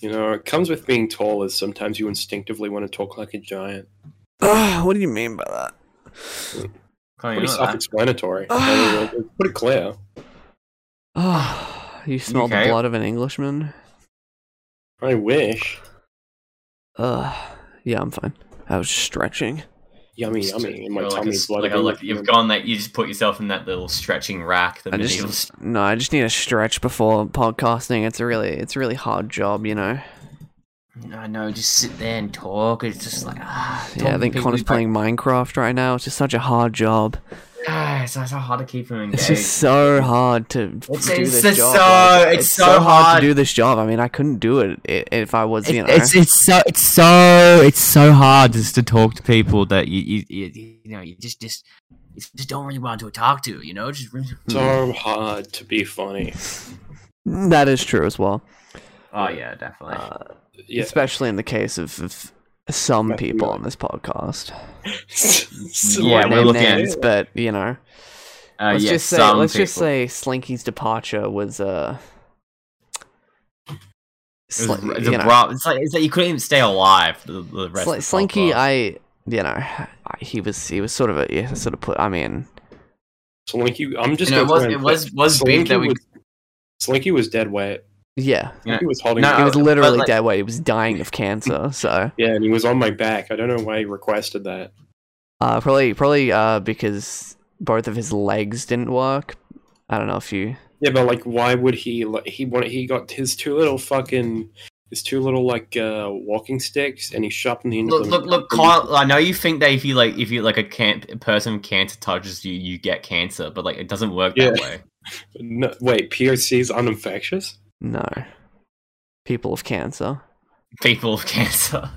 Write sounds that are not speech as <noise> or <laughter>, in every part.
You know, it comes with being tall is sometimes you instinctively want to talk like a giant. Ugh, what do you mean by that? Pretty Chloe, you're not that. self-explanatory. Ah. I mean, like, Put it clear. Ugh, you smell okay? the blood of an Englishman. I wish. Ugh, yeah, I'm fine. I was just stretching. Yummy, Just- yummy. In my you're like a tummy, s- blood. like a- of like- Englishman. you've gone that you just put yourself in that little stretching rack. The I medieval. just no, I just need a stretch before podcasting. It's a really, it's a really hard job, you know. I know. Just sit there and talk. It's just like ah. Yeah, I think Connor's playing Minecraft right now. It's just such a hard job. Ah, it's so hard to keep him It's engaged. just so hard to It's- do it's this just job. so- like, it's so hard. to do this job. I mean, I couldn't do it i- if I was, you know. It's it's so it's so it's so hard just to talk to people that you you, you, you know you just just you just don't really want to talk to. You know, just. Really... <laughs> uh, so hard to be funny. e- that is true as well, Oh yeah, definitely. Uh, Yeah. especially in the case of, of some Definitely. people on this podcast. <laughs> So Yeah, like- we're Name looking at- names, but you know, Uh, let's yeah, just say, some let's just people. say, Slinky's departure was uh, It sli- was- it's, you a know, rough- it's like it's like you couldn't even stay alive. The, the rest Sli- of the Slinky, podcast. I, you know, I, he was he was sort of a yeah, sort of put. I mean, Slinky, I'm just. You know, it gonna was try and it put- was was big that Slinky we. was, Slinky was dead weight. yeah, Yeah. He was holding. No, He me. was Uh, literally like- dead weight. He was dying of <laughs> cancer. So yeah, and he was on my back. I don't know why he requested that. uh, probably probably uh, because both of his legs didn't work. I don't know if you. Yeah, but like, why would he? Like, he wanted. He got his two little fucking, his two little like uh walking sticks, and he sharpened the end Look, of look, them. look, Kyle. I know you think that if you like, if you like a can a person with cancer touches you, you get cancer, but like it doesn't work that Yeah. way. No, wait, PRC's uninfectious. No. People of cancer. People with cancer.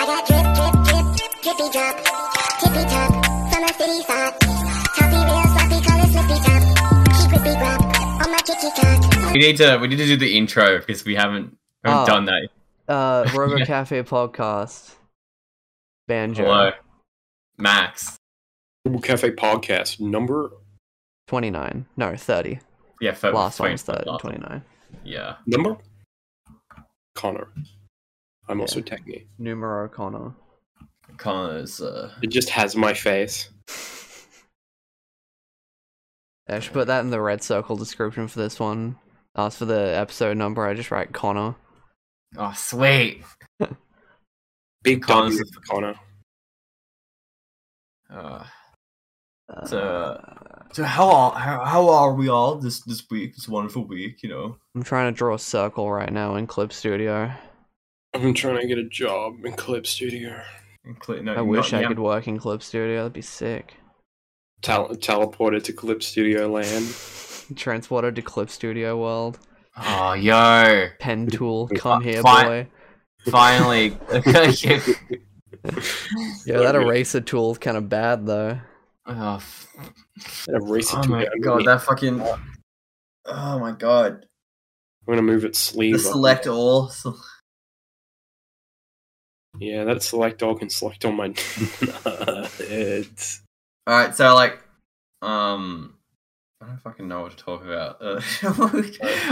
I got drip, drip, drip, tippy drop, tippy top, from a city sock. Toppy real sloppy, color slippy top. She grippy grab on my kitty cock. <laughs> We need to we need to do the intro because we haven't, we haven't Oh. done that. Uh, <laughs> Robo Cafe podcast. Banjo. Hello, Max. Double Cafe podcast number 29. No, 30. Yeah, for, Last for- one's 30, last- 29. Yeah, number. Connor, I'm also techie. Numero Connor. Connor's. Uh, It just has my face. I should put that in the red circle description for this one. Ask for the episode number. I just write Connor. oh, sweet. Big Connor's- W for Connor. Uh, Uh, So, so how are how, how are we all this this week? This wonderful week, you know. I'm trying to draw a circle right now in Clip Studio. I'm trying to get a job in Clip Studio. Including, no, I wish not- I yeah, could work in Clip Studio. That'd be sick. Tel- teleported to Clip Studio land. <laughs> Transported to Clip Studio World. Oh, yo! Pen tool, come here, Fine. boy. <laughs> Finally, <laughs> Yeah, that eraser tool's kind of bad though. oh, f- And I've raced it oh to my it. I'm god, gonna- that fucking. Oh my god, I'm gonna move its the sleeve. up. select all. so- Yeah, that select all can select on my <laughs> nuts. All right, so like, um, I don't fucking know what to talk about. Uh,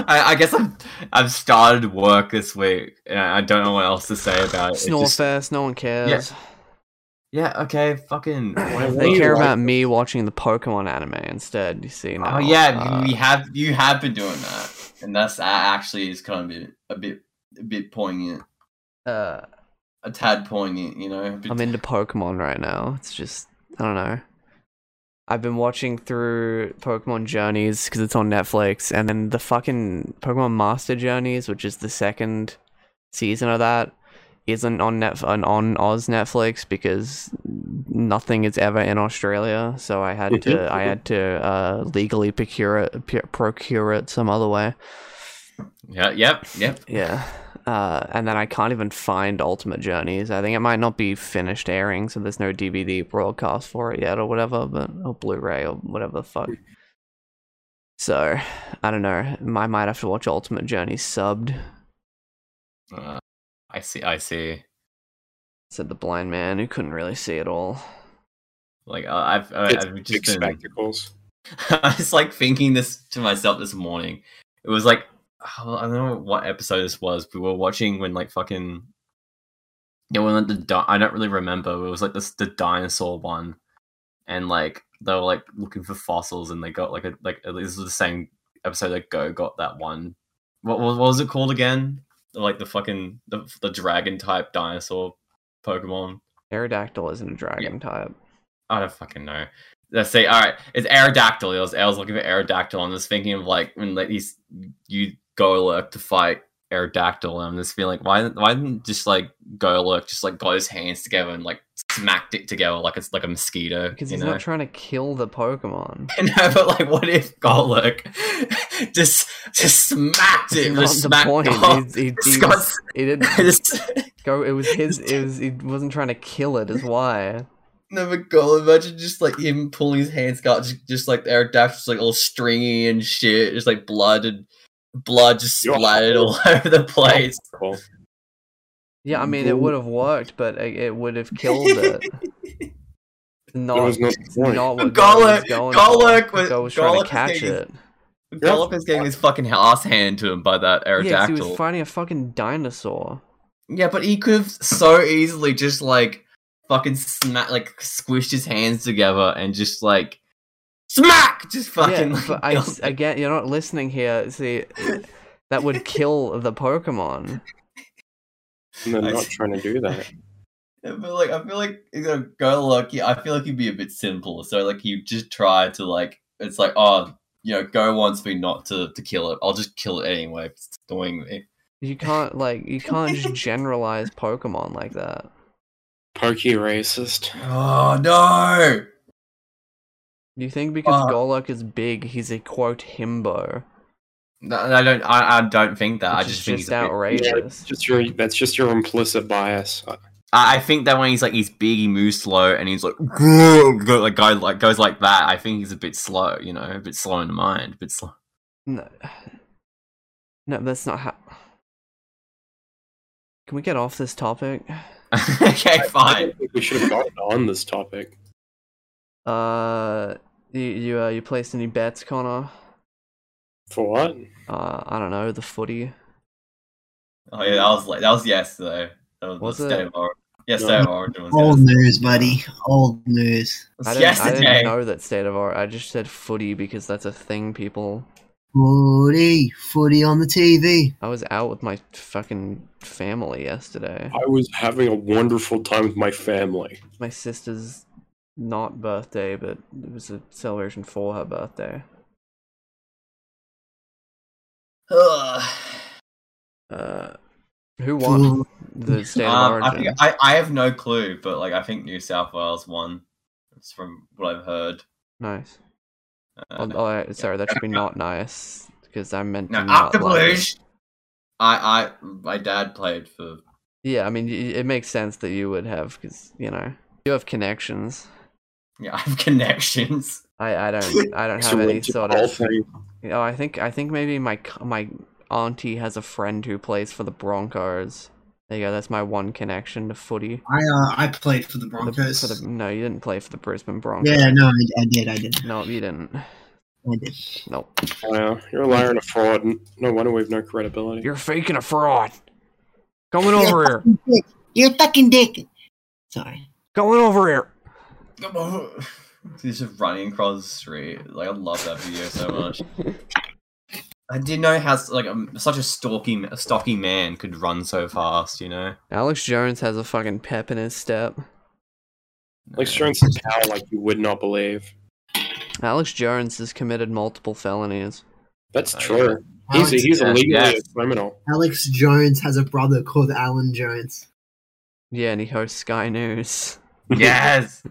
I, I guess I've I've started work this week, and I I don't know what else to say about it. It Snore just- fest, no one cares. yeah, okay, fucking. whatever. Oh, They Really care like about me watching the Pokemon anime instead. You see now. Oh yeah, Uh, we have you have been doing that, and that's that actually is kind of a bit a bit a bit poignant, uh, a tad poignant, you know. a bit- I'm into Pokemon right now. It's just I don't know. I've been watching through Pokemon Journeys because it's on Netflix, and then the fucking Pokemon Master Journeys, which is the second season of that, isn't on Net on, on Oz Netflix because nothing is ever in Australia. So I had <laughs> to I had to uh, legally procure it, p- procure it some other way. yeah, yep, yep. Yeah. Uh, and then I can't even find Ultimate Journeys. I think it might not be finished airing, so there's no DVD broadcast for it yet, or whatever, but or Blu-ray or whatever the fuck. So I don't know. I might have to watch Ultimate Journeys subbed," Uh, I see, I see. said the blind man who couldn't really see it all. Like uh, I've uh, It's I've big just been <laughs> spectacles. I was like thinking this to myself this morning. It was like oh, I don't know what episode this was. But we were watching when like fucking. Yeah, when like, the di- I don't really remember. It was like this the dinosaur one, and like they were like looking for fossils, and they got like a like this was the same episode that Go got that one. What was what was it called again? Like the fucking the, the dragon type dinosaur Pokemon. Aerodactyl isn't a dragon type. I don't fucking know. Let's see. All right, it's Aerodactyl. I was, I was looking for Aerodactyl. I'm just thinking of like when like these you go lurk to fight Aerodactyl, and I'm just feeling like why why didn't just like go lurk just like got his hands together and like smacked it together like it's like a mosquito Because you he's know? not trying to kill the Pokemon. <laughs> no, but like, what if Golok <laughs> just just smacked That's it? not Just smacked Golok. <laughs> He's- he- he Scott- was- he didn't <laughs> Just, go. It was his. It was. He wasn't trying to kill it. Is why. no, but Golok, imagine just like him pulling his hands out, just, just like the Aerodactyl's like all stringy and shit, just like blood and blood just You're- splattered all <laughs> over the place. Cool. Yeah, I mean, it Bull- would have worked, but it, it would have killed <laughs> it. Not, That was not the point. not what Golok Golok- was going Golok for. was- Golok was trying Golok to catch was- it. Golok is getting his fucking ass handed to him by that Yeah, 'cause Aerodactyl. he was fighting a fucking dinosaur. Yeah, but he could have so easily just like fucking smack, like squished his hands together and just like smack, just fucking. yeah, like, <laughs> but I, killed it. again, you're not listening here. See, that <laughs> would kill the Pokemon. And they're I not see. trying to do that. Yeah, but like I feel like you know, go lucky. I feel like he'd be a bit simple. So like you just try to like it's like oh you know go wants me not to to kill it. I'll just kill it anyway. if It's annoying me. You can't like you can't just generalize Pokemon like that. Pokey racist. Oh no! You think because Uh, Golok is big, he's a quote himbo, No, I don't. I, I don't think that. which is I just think just he's a bit- outrageous. Just your that's just your implicit bias. I- I I think that when he's like he's big, he moves slow, and he's like <laughs> go, like guy like goes like that. I think he's a bit slow, you know, a bit slow in the mind, a bit slow. <laughs> No, no, that's not how. Can we get off this topic? okay, I fine. don't think we should have gotten on this topic. Uh, you you uh, you placed any bets, Connor? For what? Uh, I don't know the footy. Oh yeah, that was like that was yesterday. That was, Was the it? state of origin. Yeah, No. state of origin was Old yesterday. news, buddy. Old news. It was <laughs> I didn't, I yesterday. didn't know that state of art. I just said footy because that's a thing, people. Footy, footy on the TV. I was out with my fucking family yesterday. I was having a wonderful time with my family. My sister's not birthday, but it was a celebration for her birthday. <sighs> Ugh. Uh, who won the state of Um, I, origin? think, I I have no clue, but like I think New South Wales won. It's from what I've heard. Nice. Uh, Oh, oh, sorry, that should be not nice because I meant no, to not up the like it. blues. I I my dad played for Yeah, I mean, y- y- it makes sense that you would have because you know you have connections. yeah. <laughs> I have connections. I, I <laughs> don't I don't It's have a any related sort ball of thing. Oh, I think I think maybe my c- my auntie has a friend who plays for the Broncos. There you go. That's my one connection to footy. I uh, I played for the For the- Broncos. For the, no, you didn't play for the Brisbane Broncos. yeah, no, I, I did, I did, No, you didn't. I did. Nope. Wow, you're a liar and a fraud. and No wonder we have no credibility. You're faking a fraud. Coming over here. You're a fucking dick. Sorry. Coming over here. Come on. <laughs> He's just running across the street. Like I love that video so much. I didn't know how like um, such a stalky, a stocky man could run so fast. You know, Alex Jones has a fucking pep in his step. Like Stearns is power like you would not believe. Alex Jones has committed multiple felonies. That's Oh, true. He's a, Alex- he's yeah, illegally yes. a criminal. Alex Jones has a brother called Alan Jones. Yeah, and he hosts Sky News. <laughs> Yes.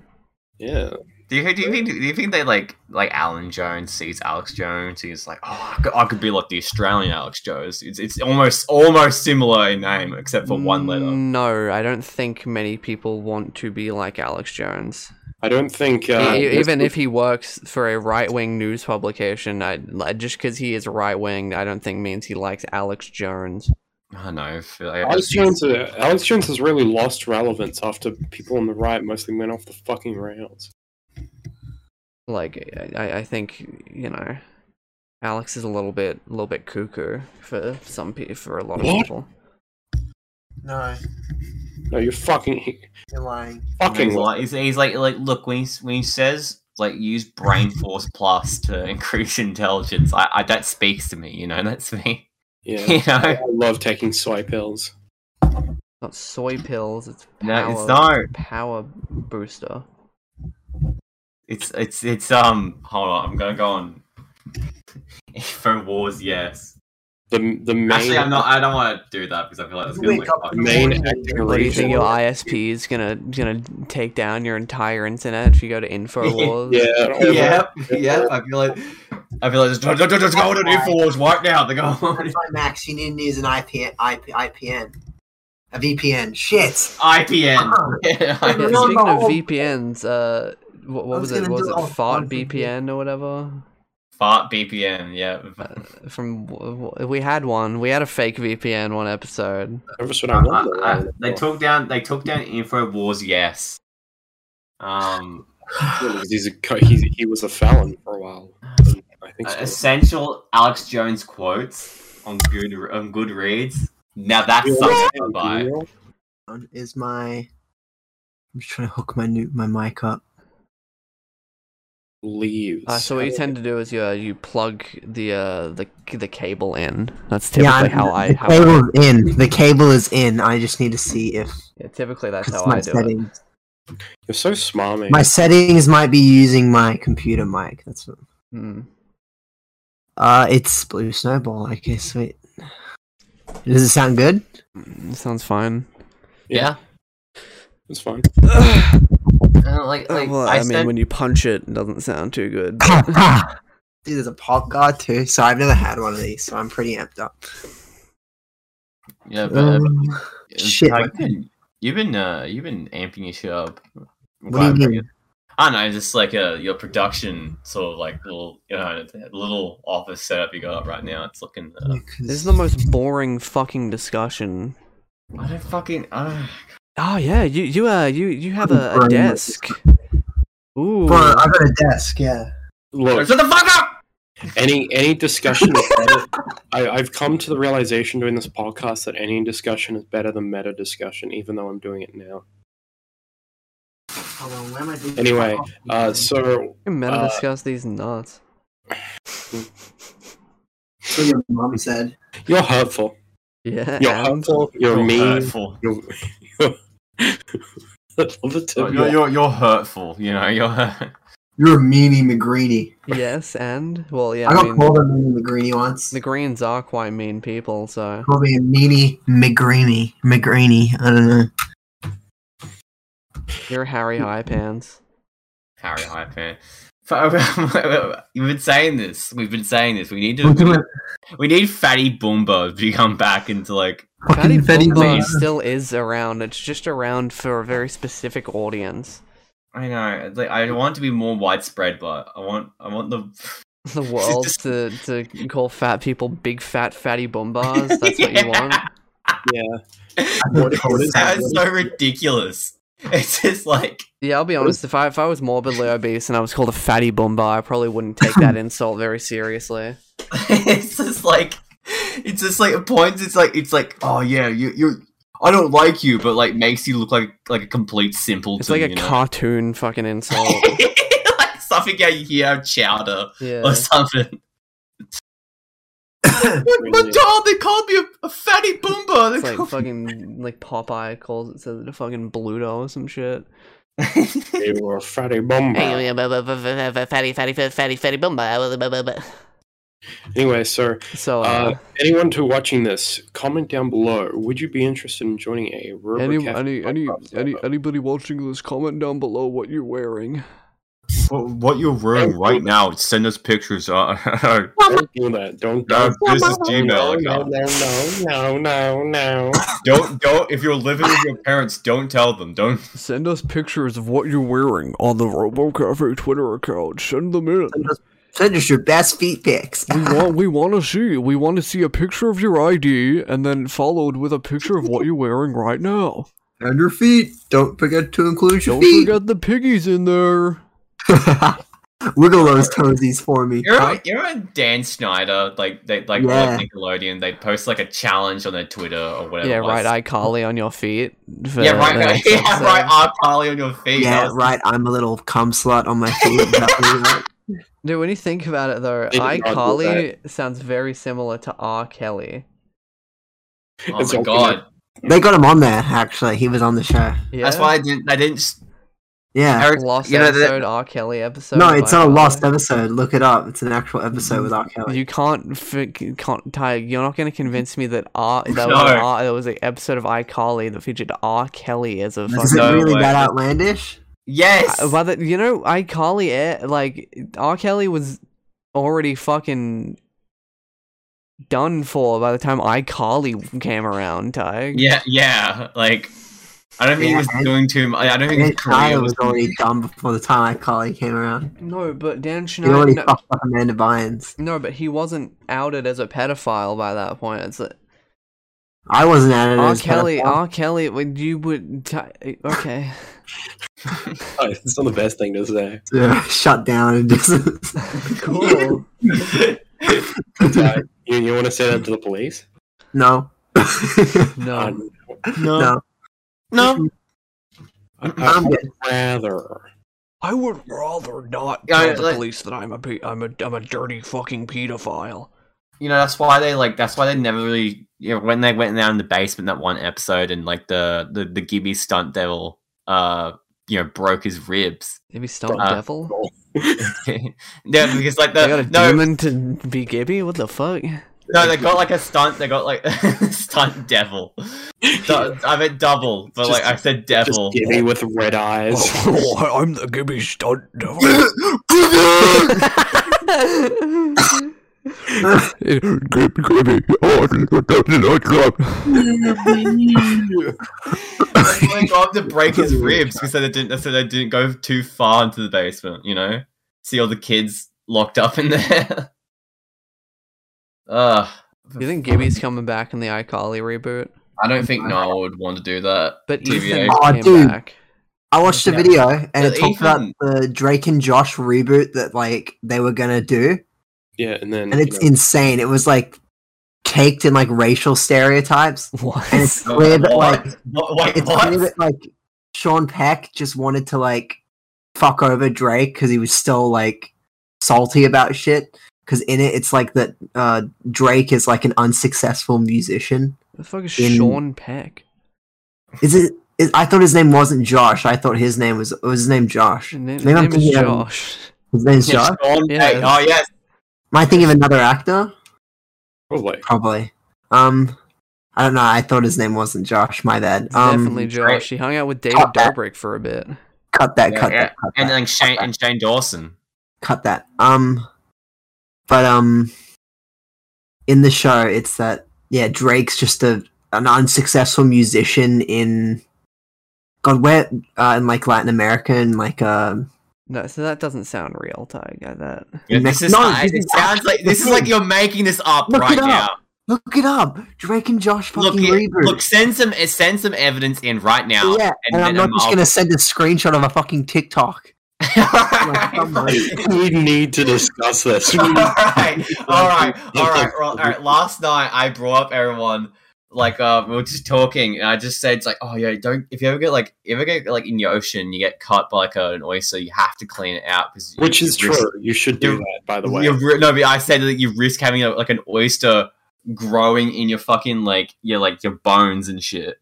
Yeah. Do you, do you <laughs> think do you think they like like Alan Jones sees Alex Jones? He's like, oh, I could, I could be like the Australian Alex Jones. It's it's almost almost similar in name except for one letter. No, I don't think many people want to be like Alex Jones. I don't think uh, E- even if he works for a right wing news publication, I, like, just because he is right wing, I don't think means he likes Alex Jones. I don't know. I feel like- Alex Jones, uh, Alex Jones has really lost relevance after people on the right mostly went off the fucking rails. Like, I, I think, you know, Alex is a little bit, a little bit cuckoo for some people, for a lot of What? people. No, No, you're fucking you're lying. fucking he's lying. like, he's, he's like, like, look, when he, s- when he says like use brain force plus to <laughs> increase intelligence, I, I that speaks to me. You know, that's me. <laughs> Yeah, You know, I love taking soy pills. Not soy pills. It's power, no, it's not. power booster. It's it's it's um. Hold on, I'm gonna go on. <laughs> For wars, yes. The the main Actually, I'm not. I don't want to do that because I feel like that's gonna Wake like. up fuck in the me. main What acting What do you think region. your ISP is gonna gonna take down your entire internet if you <laughs> go to InfoWars? Yeah, all that. Yep, yep. I feel like I feel like just, just, just go to Infowars right now. They go. <laughs> That's why Max, you need to use an IP, IP, IPN, a VPN. Shit. <laughs> IPN. Yeah, Remember <laughs> speaking of all- VPNs, uh, what, what was was it? gonna What was do it all Fart fun VPN or whatever? Uh, Fart BPN. Yeah. From w- w- we had one. We had a fake VPN one episode. That's what Uh, I uh, wonder. uh, they took down. They took down Infowars. Yes. Um. Yeah, 'cause he's a co- he's, he was a felon for a while. I think uh, so. essential Alex Jones quotes on good on Goodreads. Now that's something to buy. Is my. I'm just trying to hook my new my mic up. Leaves. Uh, so what you tend to do is you uh, you plug the uh, the the cable in. That's Yeah, typically I'm- how I the how I, cable's in. The cable is in. I just need to see if yeah, typically that's it's how my I do it. settings. You're so smarmy. My settings might be using my computer mic. That's what. Mm. Uh, it's blue snowball. Okay, sweet. Does it sound good? Mm, Sounds fine. Yeah. It's fine. Uh, like, like Oh, well, I, I, mean, said, when you punch it, it doesn't sound too good. Ah. Dude, there's a pop guard too. So I've never had one of these, so I'm pretty amped up. yeah, but, uh, Um, shit, like, my pen. you've been uh, you've been amping your shit up. What do you mean? I don't know, just like uh, your production sort of like little, you know, that little office setup you got right now. It's looking. Uh, This is the most boring fucking discussion. I don't fucking. uh, I Oh yeah, you you uh you you have a, a Brain- desk. Ooh, Bro, I got a desk. Yeah. don't... Look, Shut the fuck up! any any discussion is better. I, I've come to the realization during this podcast that any discussion is better than meta discussion, even though I'm doing it now. Hold on, where am I doing? Oh, Anyway, Uh, so you meta uh, discuss these nuts. what your mom said. you're hurtful. <laughs> Yeah, You're and- hurtful. You're You're mean. hurtful. <laughs> You're, you're, <laughs> I love the term You're, you're, you're, you're hurtful. You know, <laughs> you're. hurt- You're a meanie McGreedy. yes, and well, yeah. I I got mean, called a meanie McGreedy once. the Greens are quite mean people, so Called me a meanie McGreeny. McGreeny. I don't know. you're Harry High Pants. Harry Hype man. <laughs> But- You've been saying this. We've been saying this. We need I'm doing to. We need Fatty Boomba to come back into like. Fatty fucking Fetty Bumba Bob. still is around. It's just around for a very specific audience. <laughs> I know. it's Like I want it to be more widespread, but I want. I want the. <laughs> The world just- to to call fat people big fat fatty bumbas. That's what <laughs> Yeah. you want. What- what is that? That is so ridiculous. It's just like. <laughs> Yeah, I'll be honest. If I if I was morbidly obese and I was called a fatty bumba, I probably wouldn't take that insult very seriously. it's just like it's just like at points it's like it's like oh yeah you you're I don't like you but like makes you look like like a complete simpleton It's like a you know? cartoon fucking insult. <laughs> like something how you hear out of chowder yeah. or something Really- <laughs> what dog they called me a, a fatty boomba It's like fucking like Popeye calls it says it a fucking Bluto or some shit. They were a fatty bomber. Fatty, fatty, fatty, fatty, boomba. Anyway, so So Uh, uh, anyone who watching this, comment down below. Would you be interested in joining a Robo any, Cafe any any podcast any server? anybody watching this, comment down below what you're weaning. what, what you're wearing right now send us pictures uh, <laughs> Don't do that. Don't. don't. this is No, no, no, no, no, no. don't don't if you're living with your parents don't tell them don't <laughs> Send us pictures of what you're wearing on the RoboCafe Twitter account. Send them in. Send us your best feet pics. We want we want to see we want to see a picture of your ID and then followed with a picture of what you're wearing right now. And your feet. Don't forget to include Don't forget the piggies in there. Forget- <laughs> Wiggle those toesies for me. You remember, you remember Dan Snyder? Like they like Yeah. like Nickelodeon, they post like a challenge on their Twitter or whatever. yeah, it was. right eye Carly on your feet. for Yeah, the right. <laughs> next <laughs> Yeah, episode. right. R. Carly on your feet. that Yeah, was- right. I'm a little cum slut on my feet. <laughs> That was right. Dude, when you think about it though, They did not do iCarly sounds very similar to R. Kelly. Oh It's my all god, they got him on there. Actually, he was on the show. Yeah? that's why I didn't. I didn't. s- Yeah. Eric- Lost you know, that- episode, R. Kelly episode. no, it's by not a far. lost episode. Look it up. It's an actual episode with R. Kelly. You can't, f- can't, Ty, you're not going to convince me that R, that No. was an R, there was an episode of iCarly that featured R. Kelly as a Is fucking. it No really way. that outlandish? Yes. Uh, By the, you know, iCarly, eh, like, R. Kelly was already fucking done for by the time iCarly came around, Ty. yeah, yeah. Like, I don't think he Yeah, was and- doing too much. I don't think his And career Tyler was. was already done before the time iCarly came around. No, but Dan He Schneider. already no- fucked up Amanda Bynes. No, but he wasn't outed as a pedophile by that point. It's like, I wasn't at it. R. as Kelly, pedophile. R. Kelly, when you would. T- <laughs> okay. <laughs> It's not the best thing to <laughs> say. Yeah, <laughs> shut down and just. <laughs> cool. Uh, you you want to say that to the police? <laughs> no. <laughs> <laughs> No. Um, no. no. I, I'm would good. rather. I would rather not Yeah, tell the like- police that I'm a pe- I'm a I'm a dirty fucking pedophile. You know that's why they like. That's why they never really. You know, when they went down in the basement that one episode and like the the the Gibby stunt devil, uh, you know, broke his ribs. Maybe Stump Uh, Devil. yeah, because like They the got a no, demon to be Gibby. What the <laughs> fuck? No, they got like a stunt. They got like <laughs> stunt devil. Du- I meant double, but Just- like I said, Just devil. Oh. Gibby with red <laughs> eyes. I'm the Gibby Stunt Devil. Gibby, <laughs> That's why they got him to break his ribs because they didn't. So they didn't go too far into the basement. You know, see all the kids locked up in <laughs> there. Ugh. You think Gibby's coming back in the iCarly reboot? I don't think Noah would want to do that. But TVA. Ethan Aw, came dude. back. I watched a Yeah. video and it But talked about even- the Drake and Josh reboot that like they were gonna do, yeah, and then and you it's know, insane. It was like caked in like racial stereotypes, and What? <laughs> it's clear that What? like What? Wait, it's what? clear that like Sean Peck just wanted to like fuck over Drake because he was still like salty about shit. Because in it, it's like that uh, Drake is like an unsuccessful musician. The fuck is in- Sean Peck? Is it? Is, I thought his name wasn't Josh. I thought his name was was his name Josh. His name, his Maybe I'm name is thinking of- Josh. His name's Josh. Sean Yeah. Payton. Oh yes. Am I thinking of another actor? <laughs> probably. Probably. Um, I don't know. I thought his name wasn't Josh. My bad. It's Um, definitely Josh. right. He hung out with David Cut that. Dobrik for a bit. cut that. Yeah, cut yeah. that. Cut And that. then Shane and Shane Dawson. cut that. Um, but um, in the show, it's that yeah, Drake's just a an unsuccessful musician in God where uh, in like Latin America and like uh, No, so that doesn't sound real, Ty. I got that. Yeah, this is No, I- this it is sounds like this is like you're making this up Look right it up. now. look it up. Drake and Josh Look, fucking it- reboot. look, send some eh, send some evidence in right now. <laughs> yeah, and, I'm not just gonna send a screenshot of a fucking TikTok. Like, gonna. come on. we need to discuss this. all <laughs> <laughs> right, all right, all right, all right. Last night I brought up everyone like uh, we were just talking, and I just said it's like, oh yeah, don't if you ever get like if you ever get like in the ocean, you get caught by like an oyster, you have to clean it out because Which is risk, true. You should do You're- that, by the way. you ri- no, but I said that you risk having a, like an oyster growing in your fucking like your like your bones and shit.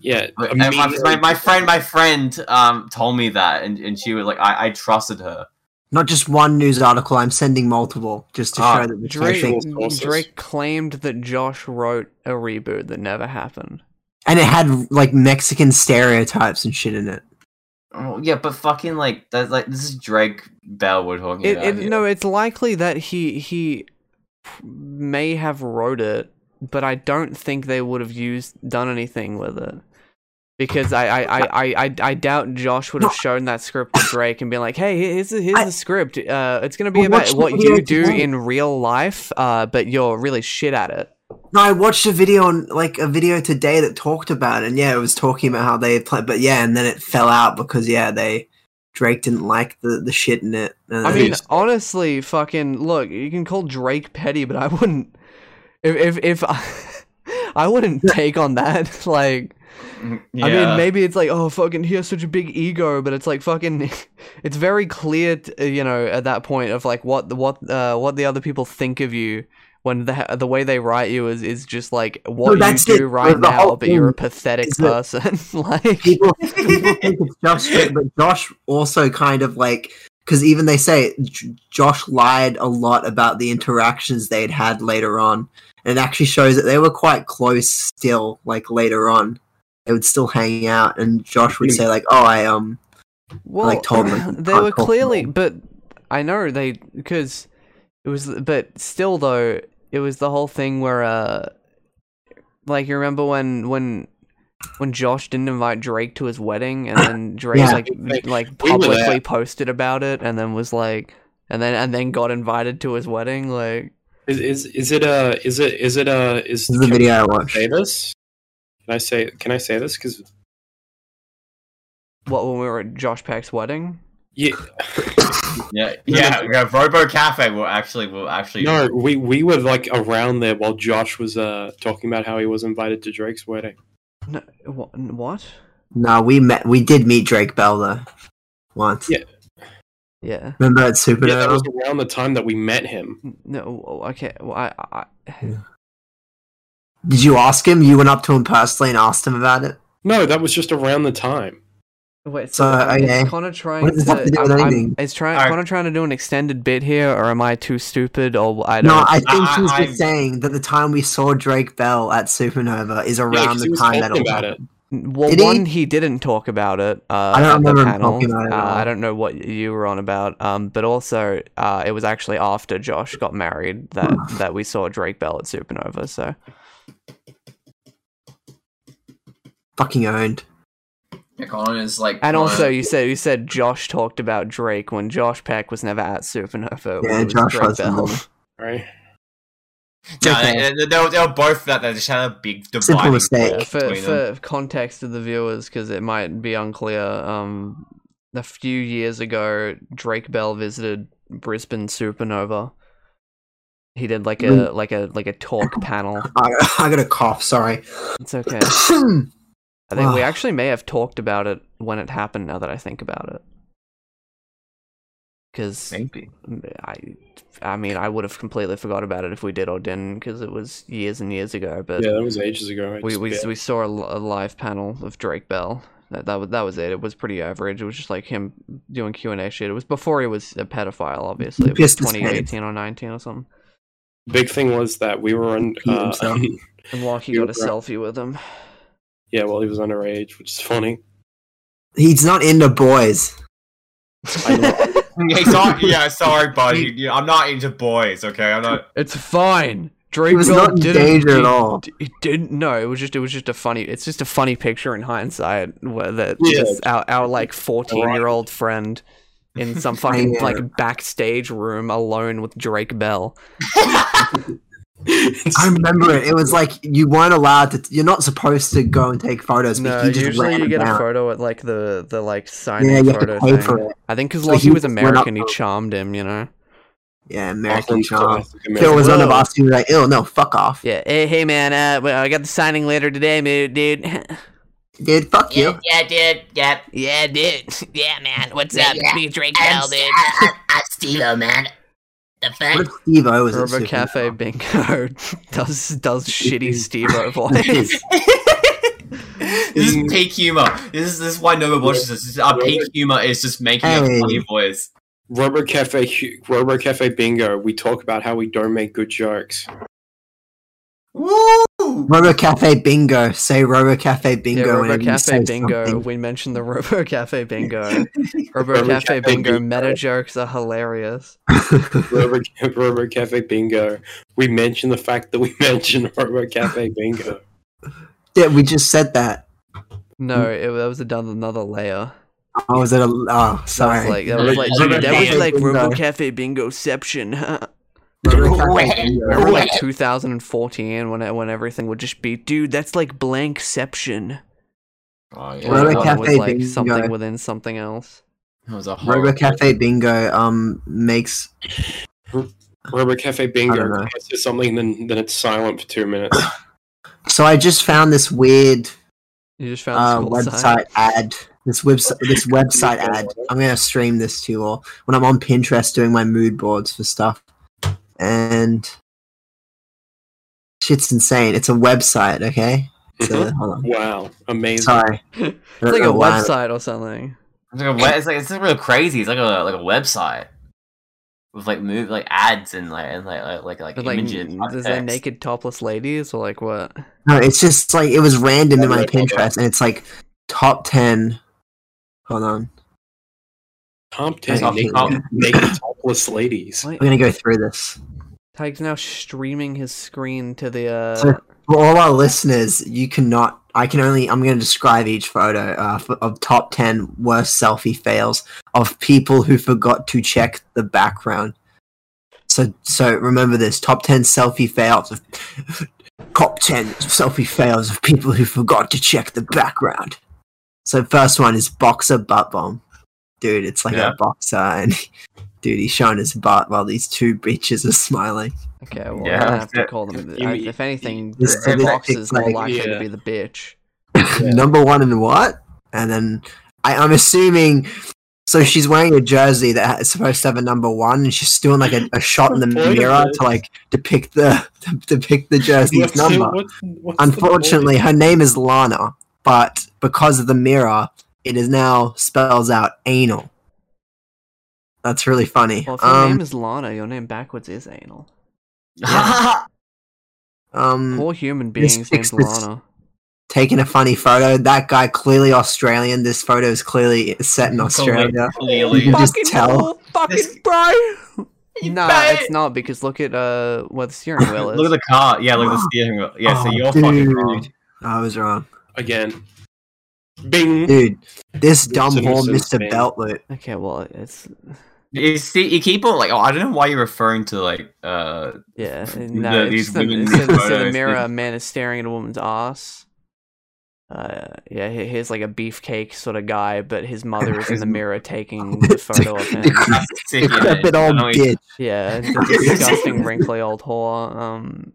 Yeah. And my, immediately- my, my friend, my friend, um, told me that, and, and she was like, I, I trusted her. Not just one news article. I'm sending multiple just to Ah, show that the Drake, Sexual sources. Drake claimed that Josh wrote a reboot that never happened. and it had like Mexican stereotypes and shit in it. Oh, yeah, but fucking like that's like this is Drake Bell we're talking It, about. it, here. No, it's likely that he he may have wrote it, but I don't think they would have used done anything with it because I I, I, I, I, I doubt Josh would have shown that script to Drake and been like, hey, here's the, here's I- the script. Uh, it's gonna be Well, about watch the what video you do today. in real life, uh, but you're really shit at it. No, I watched a video on like a video today that talked about it, and yeah, it was talking about how they played, but yeah, and then it fell out because yeah, they Drake didn't like the the shit in it. And I then- mean, Yes. honestly, fucking look, you can call Drake petty, but I wouldn't. If if if <laughs> I, I wouldn't take on that. <laughs> Like, Yeah. I mean, maybe it's like, oh, fucking, he has such a big ego, but it's like, fucking, <laughs> it's very clear, t- uh, you know, at that point of like what the what uh, what the other people think of you when the the way they write you is is just like what you that's do it. right The now, whole but you're a thing pathetic is that person. <laughs> like, people, people think it's Josh, Drake, but Josh also kind of like because even they say J- Josh lied a lot about the interactions they'd had later on, and it actually shows that they were quite close still. Like later on, they would still hang out, and Josh would say like, "Oh, I um, Well, told <laughs> them, they "Can't were call clearly, them." but I know they because it was, but still though, it was the whole thing where, uh, like you remember when when when Josh didn't invite Drake to his wedding, and <coughs> then Drake Yeah. like Like, like we were there. publicly posted about it, and then was like, and then and then got invited to his wedding, like. Is, is is it uh is it is it uh is this is the can video I I watched." say this? Can I say can I say this? Because What when we were at Josh Peck's wedding? yeah, yeah, yeah, yeah. Robo Cafe will actually will actually. no, we we were like around there while Josh was uh talking about how he was invited to Drake's wedding. No, wha- what? No, we met. We did meet Drake Bell though once. Yeah. Yeah. Remember at Supernova? Yeah, that was around the time that we met him. N- No. oh, Okay. Well, I, I Did you ask him? You went up to him personally and asked him about it. No, that was just around the time. Wait, so So, uh, okay. is Connor trying does this have to do with I'm- I'm- anything? is trying Alright. Connor trying to do an extended bit here, or am I too stupid? Or I don't. No, I think I- he was I- just saying that the time we saw Drake Bell at Supernova is Yeah, around 'cause he the was time that talking all about happened. it. well, did he? one he didn't talk about it. Uh, I don't at the remember him panel. talking about it at Uh, I all. don't know what you were on about. Um, but also, uh, it was actually after Josh got married that that we saw Drake Bell at Supernova. So Fucking owned. Colin is like. and also you said you said Josh talked about Drake when Josh Peck was never at Supernova. when Yeah, it was Josh Drake wasn't Bell. there. Right? No, Okay. they, they, they, were, they were both that. They just had a big dividing Simple mistake. Yeah, Like, for, for context to the viewers, because it might be unclear, um, a few years ago, Drake Bell visited Brisbane Supernova. He did like a like a like a talk panel. I, I <laughs> got a cough. Sorry. It's okay. I I think we actually may have talked about it when it happened. Now that I think about it, because Maybe. I, I mean, I would have completely forgot about it if we did or didn't, because it was years and years ago. But Yeah, that was ages ago. I we just- we, yeah. we saw a, li- a live panel of Drake Bell. That that was that was it. It was pretty average. It was just like him doing Q and A shit. It was before he was a pedophile, obviously. It was Pissed his twenty eighteen or nineteen or something. Big thing was that we were on. He Uh, himself. And Lockie You got a were- selfie with him. <laughs> yeah, well, he was underage, which is funny. <clears throat> He's not into boys. <laughs> yeah, sorry, yeah, sorry, <laughs> buddy. You- I'm not into boys. Okay, I'm not. it's fine. Drake He was Bell not in didn't, danger at he- all. It didn't. No, it was just. It was just a funny. It's just a funny picture in hindsight. Where that Yeah. this- our our like fourteen year old friend in <laughs> some fucking like backstage room alone with Drake Bell. I remember it. It was like you weren't allowed to. You're not supposed to go and take photos. But No, he just usually ran you get a down. photo at like the the like signing Yeah, you have photo to pay thing. for it. I think because So Lockie he was went up American, he for- charmed him, you know. Yeah, American Auckland's charm. classic If it was one of Whoa. us, he was like, "Ew, no, fuck off, Yeah. Hey, hey, man. Uh, well, I got the signing later today, mo- <laughs> <laughs> dude. dude. Fuck you." Yeah, yeah, dude. Yep. yeah, dude. <laughs> Yeah, man. What's Yeah, up? yeah. It's me, Drake I'm, Bell, dude. I, I, I'm Steve-O, man. The fuck? What if Steve O was Robo at Cafe Supernova? Bingo <laughs> does does shitty <laughs> Steve-O <laughs> voice. this is peak humor. This is this is why nobody watches this. This- Our peak humor is just making Hey. a funny voice. Robo Cafe, Hu- Robo Cafe Bingo. We talk about how we don't make good jokes. Woo! Robo Cafe Bingo. Say Robo Cafe Bingo. yeah, Robo whenever you Cafe say Bingo. something. We mentioned the Robo Cafe <laughs> Bingo. Robo Robo Cafe Cafe Bingo Bingo. meta jokes are hilarious. Robo, <laughs> <laughs> Robo Cafe Bingo. We mention the fact that we <laughs> mentioned Robo Cafe <laughs> Bingo. Yeah, we just said that. No, Mm-hmm. it, that was another another layer. I was at a. Oh, That was sorry. like that was like Robo that was Cafe like Bingo. Robo Cafe Bingoception. <laughs> huh? Robo Cafe Wait. Bingo. Remember like What? 2014 when it, when everything would just be, dude, that's like blankception. Oh, Or Robo when it was Cafe like something Bingo. within something else. That was a Robo horrible. Cafe Bingo um makes Robo Cafe I Bingo don't know. requests is something, then then it's silent for two minutes. so I just found this weird You just uh, found this cool site. website ad. This website, this website ad. I'm gonna stream this to you all when I'm on Pinterest doing my mood boards for stuff. And shit's insane. It's a website, okay? It's a- hold on. wow, amazing. Sorry, Mm-hmm. <laughs> It's I don't like a know why I'm- website or something. It's like a we- it's like it's real crazy. It's like a like a website with like move like ads and like and like like like, like But like, images. and is there text. naked topless ladies or like what? No, it's just like it was random in my Alright, hold on. Pinterest, and it's like top ten. Hold on, Top ten Top naked, ten. naked topless ladies. I'm gonna Wait, go through this. Tyke's now streaming his screen to the. uh So- For all our listeners, you cannot. I can only. I'm going to describe each photo uh, f- of top ten worst selfie fails of people who forgot to check the background. So, so remember this: top ten selfie fails of <laughs> top ten selfie fails of people who forgot to check the background. So, first one is boxer butt bomb, dude. It's like Yeah. a boxer, and <laughs> dude, he's showing his butt while these two bitches are smiling. Okay, well, Yeah. I'm gonna have to Yeah. call them. You I, mean- if anything, This- the this box is more like- likely Yeah. to be the bitch. Yeah. number one in what? And then I, I'm assuming. So she's wearing a jersey that is supposed to have a number one, and she's doing like a, a shot in the What's the point of mirror this? to like depict the <laughs> to depict the jersey's What's the- number. what's- what's the Unfortunately, her name is Lana, but because of the mirror, it is now spells out anal. That's really funny. Well, if your name Um, is Lana, your name backwards is anal. um, All human mm, This beings named fixed this- Lana. um, taking a funny photo. That guy clearly Australian. This photo is clearly set in Australia. Clearly. <laughs> You can just tell. oh, fucking This- bro. <laughs> You Nah, bet. it's not because look at uh where the steering wheel is. <laughs> Look at the car. Yeah, look at the steering wheel. Yeah, so Oh, you're fucking wrong. dude. I was wrong. again. Bing. Dude, this dumb Simpsons whore, Mr. fan. Beltlet. okay, well, it's You see, you keep on like, oh, I don't know why you're referring to like, <laughs> uh, <laughs> yeah. The- No, these it's the, women it's in the, it's the photos, mirror. yeah. A man is staring at a woman's ass. Uh, yeah, he- he's like a beefcake sort of guy, but his mother is in <laughs> the mirror taking the photo of him. that's a sick image. Decrepit I old know you- bitch. Yeah, it's a <laughs> disgusting, wrinkly old whore. Um,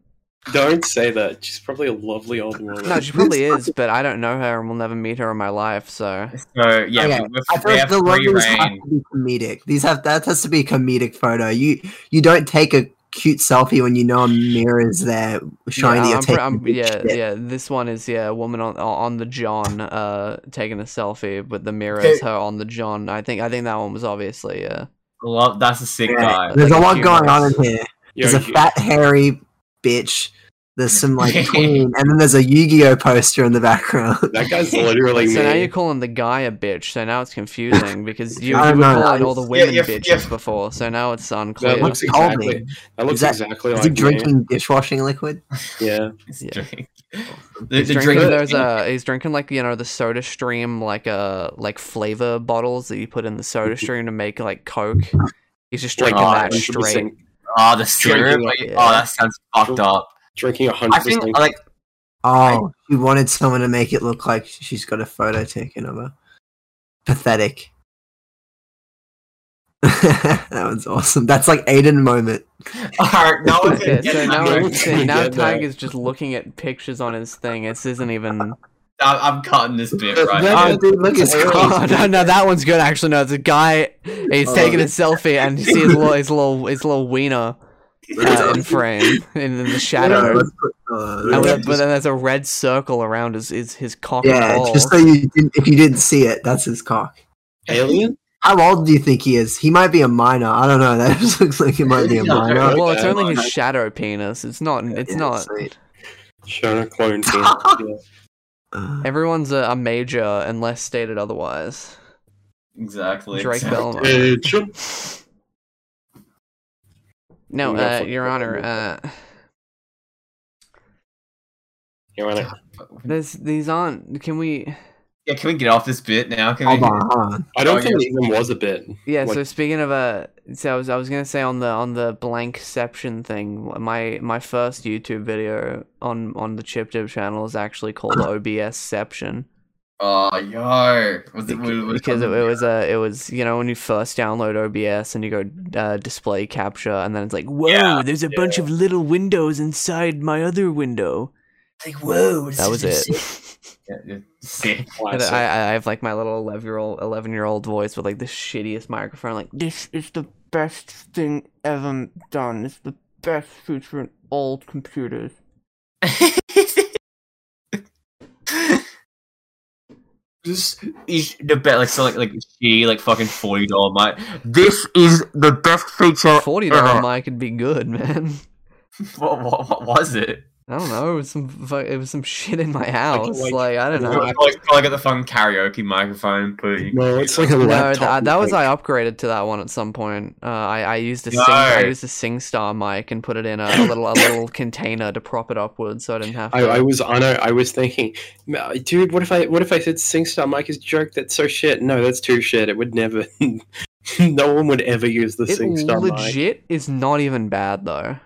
Don't say that. She's probably a lovely old woman. no, she probably is, but I don't know her and will never meet her in my life. So So yeah, Okay, we- we- I we feel have the free lovelies have reign. to be comedic. These have that has to be a comedic photo. You you don't take a cute selfie when you know a mirror is there showing yeah, I'm pre- that I'm- you're taking. yeah, a shit. yeah. This one is yeah, a woman on on the John, uh, taking a selfie, but the mirror is her on the John. I think I think that one was obviously uh, yeah. Love, that's a sick Yeah, <laughs> guy. There's a Like a lot going on humorous- in here. Yo, There's a you- fat hairy bitch. There's some like tween, and then there's a Yu-Gi-Oh poster in the <laughs> background. that guy's literally so now me. you're calling the guy a bitch. So now it's confusing because you, you I were don't know, calling I all the just- yeah, women yeah, bitches yeah. before. So now it's unclear. That looks He told me. exactly. That looks Is that- exactly Is like he me. drinking dishwashing liquid? Yeah. <laughs> It's Yeah. drink. The, He's the drinking drink- those. Uh, he's drinking like you know the Soda Stream like uh like flavor bottles that you put in the Soda Stream to make like Coke. He's just drinking Oh, that 100%, straight. oh, the syrup. Drinking like, it, Oh, yeah. that sounds fucked up. Drinking a hundred I think percent. like Oh, she wanted someone to make it look like she's got a photo taken of her. Pathetic. <laughs> that was awesome. That's like Aiden moment. all right, no one's Okay, gonna so get now, we're- that. Coke. <laughs> so now Get that. Tiger's just looking at pictures on his thing. This isn't even. <laughs> I- I'm cutting this bit right Yeah, Oh, now. that- dude, look, it's that's cold. Oh no, no, that one's good actually. No, it's a guy. He's Oh. taking a selfie and you see his little, his little, his little wiener uh, in frame in, the <laughs> shadow. let's put- uh, And yeah, then- but then there's a red circle around his his, his cock yeah, and balls. just so you didn't, if you didn't see it, that's his cock. alien. How old do you think he is? He might be a minor. I don't know. <laughs> That just looks like he might be a Yeah, minor. well, it's Yeah, only his shadow penis. It's not. It's Yeah, not. sweet. Shona clone <laughs> team. Yeah. Uh, Everyone's a, a major unless stated otherwise. Exactly. Drake exactly. Belmont. Uh, jump. No, No, uh, fuck Your that, Honor, uh, You want it? there's these aren't. Can we? Yeah, can we get off this bit now? Can Hold we? on, hold on. I don't Oh, think it even was a bit. Yeah. Like- so speaking of uh, so I was I was gonna say on the on the blankception thing, my my first YouTube video on on the Chip Dip channel is actually called OBSception. Oh, yo. Was it, was it- because it, it was uh, it was you know when you first download OBS and you go uh, display capture and then it's like whoa Yeah, there's a bunch of little windows inside my other window Like, whoa. this that is was just it sick. <laughs> Yeah, yeah. Sick. And Classic. I, I I have like my little 11 year old 11 year old voice with like the shittiest microphone like This is the best thing ever done. It's the best feature in old computers. This is the best. Like so, like like she like fucking forty dollar mic. This is the best feature. forty dollar mic could be good <laughs> man What, what, what was it? I don't know it was some fu- it was some <laughs> shit in my house like- like, I don't No, No, know I- I probably got the fucking karaoke microphone. Put you- no, it's like a no laptop. that, that was like, I upgraded to that one at some point uh, I I used a No. sing I used a SingStar mic and put it in a, a little a little container to prop it upwards so I didn't have to I, I was on. A, I was thinking, "Ma- dude, what if I what if I said SingStar Mike is joke? That's so shit. No, that's too shit. It would never. <laughs> no one would ever use the it SingStar mic. legit is not even bad though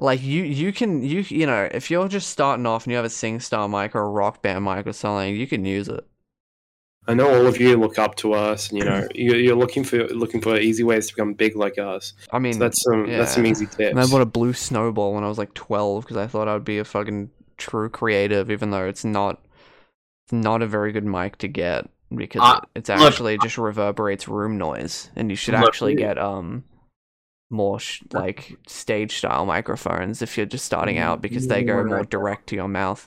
like you you can you you know if you're just starting off and you have a singstar mic or a rock band mic or something you can use it I know all of you look up to us, and you <clears throat> know you're, you're looking for looking for easy ways to become big like us. i mean So that's some that's some yeah. easy tips. and i bought a blue snowball when i was like 12 because i thought i would be a fucking true creative even though it's not it's not a very good mic to get because Uh, it- it's look, actually just reverberates room noise and you should Look, actually you- get um more sh- like stage style microphones if you're just Mm, starting out because they go More more like- direct to your mouth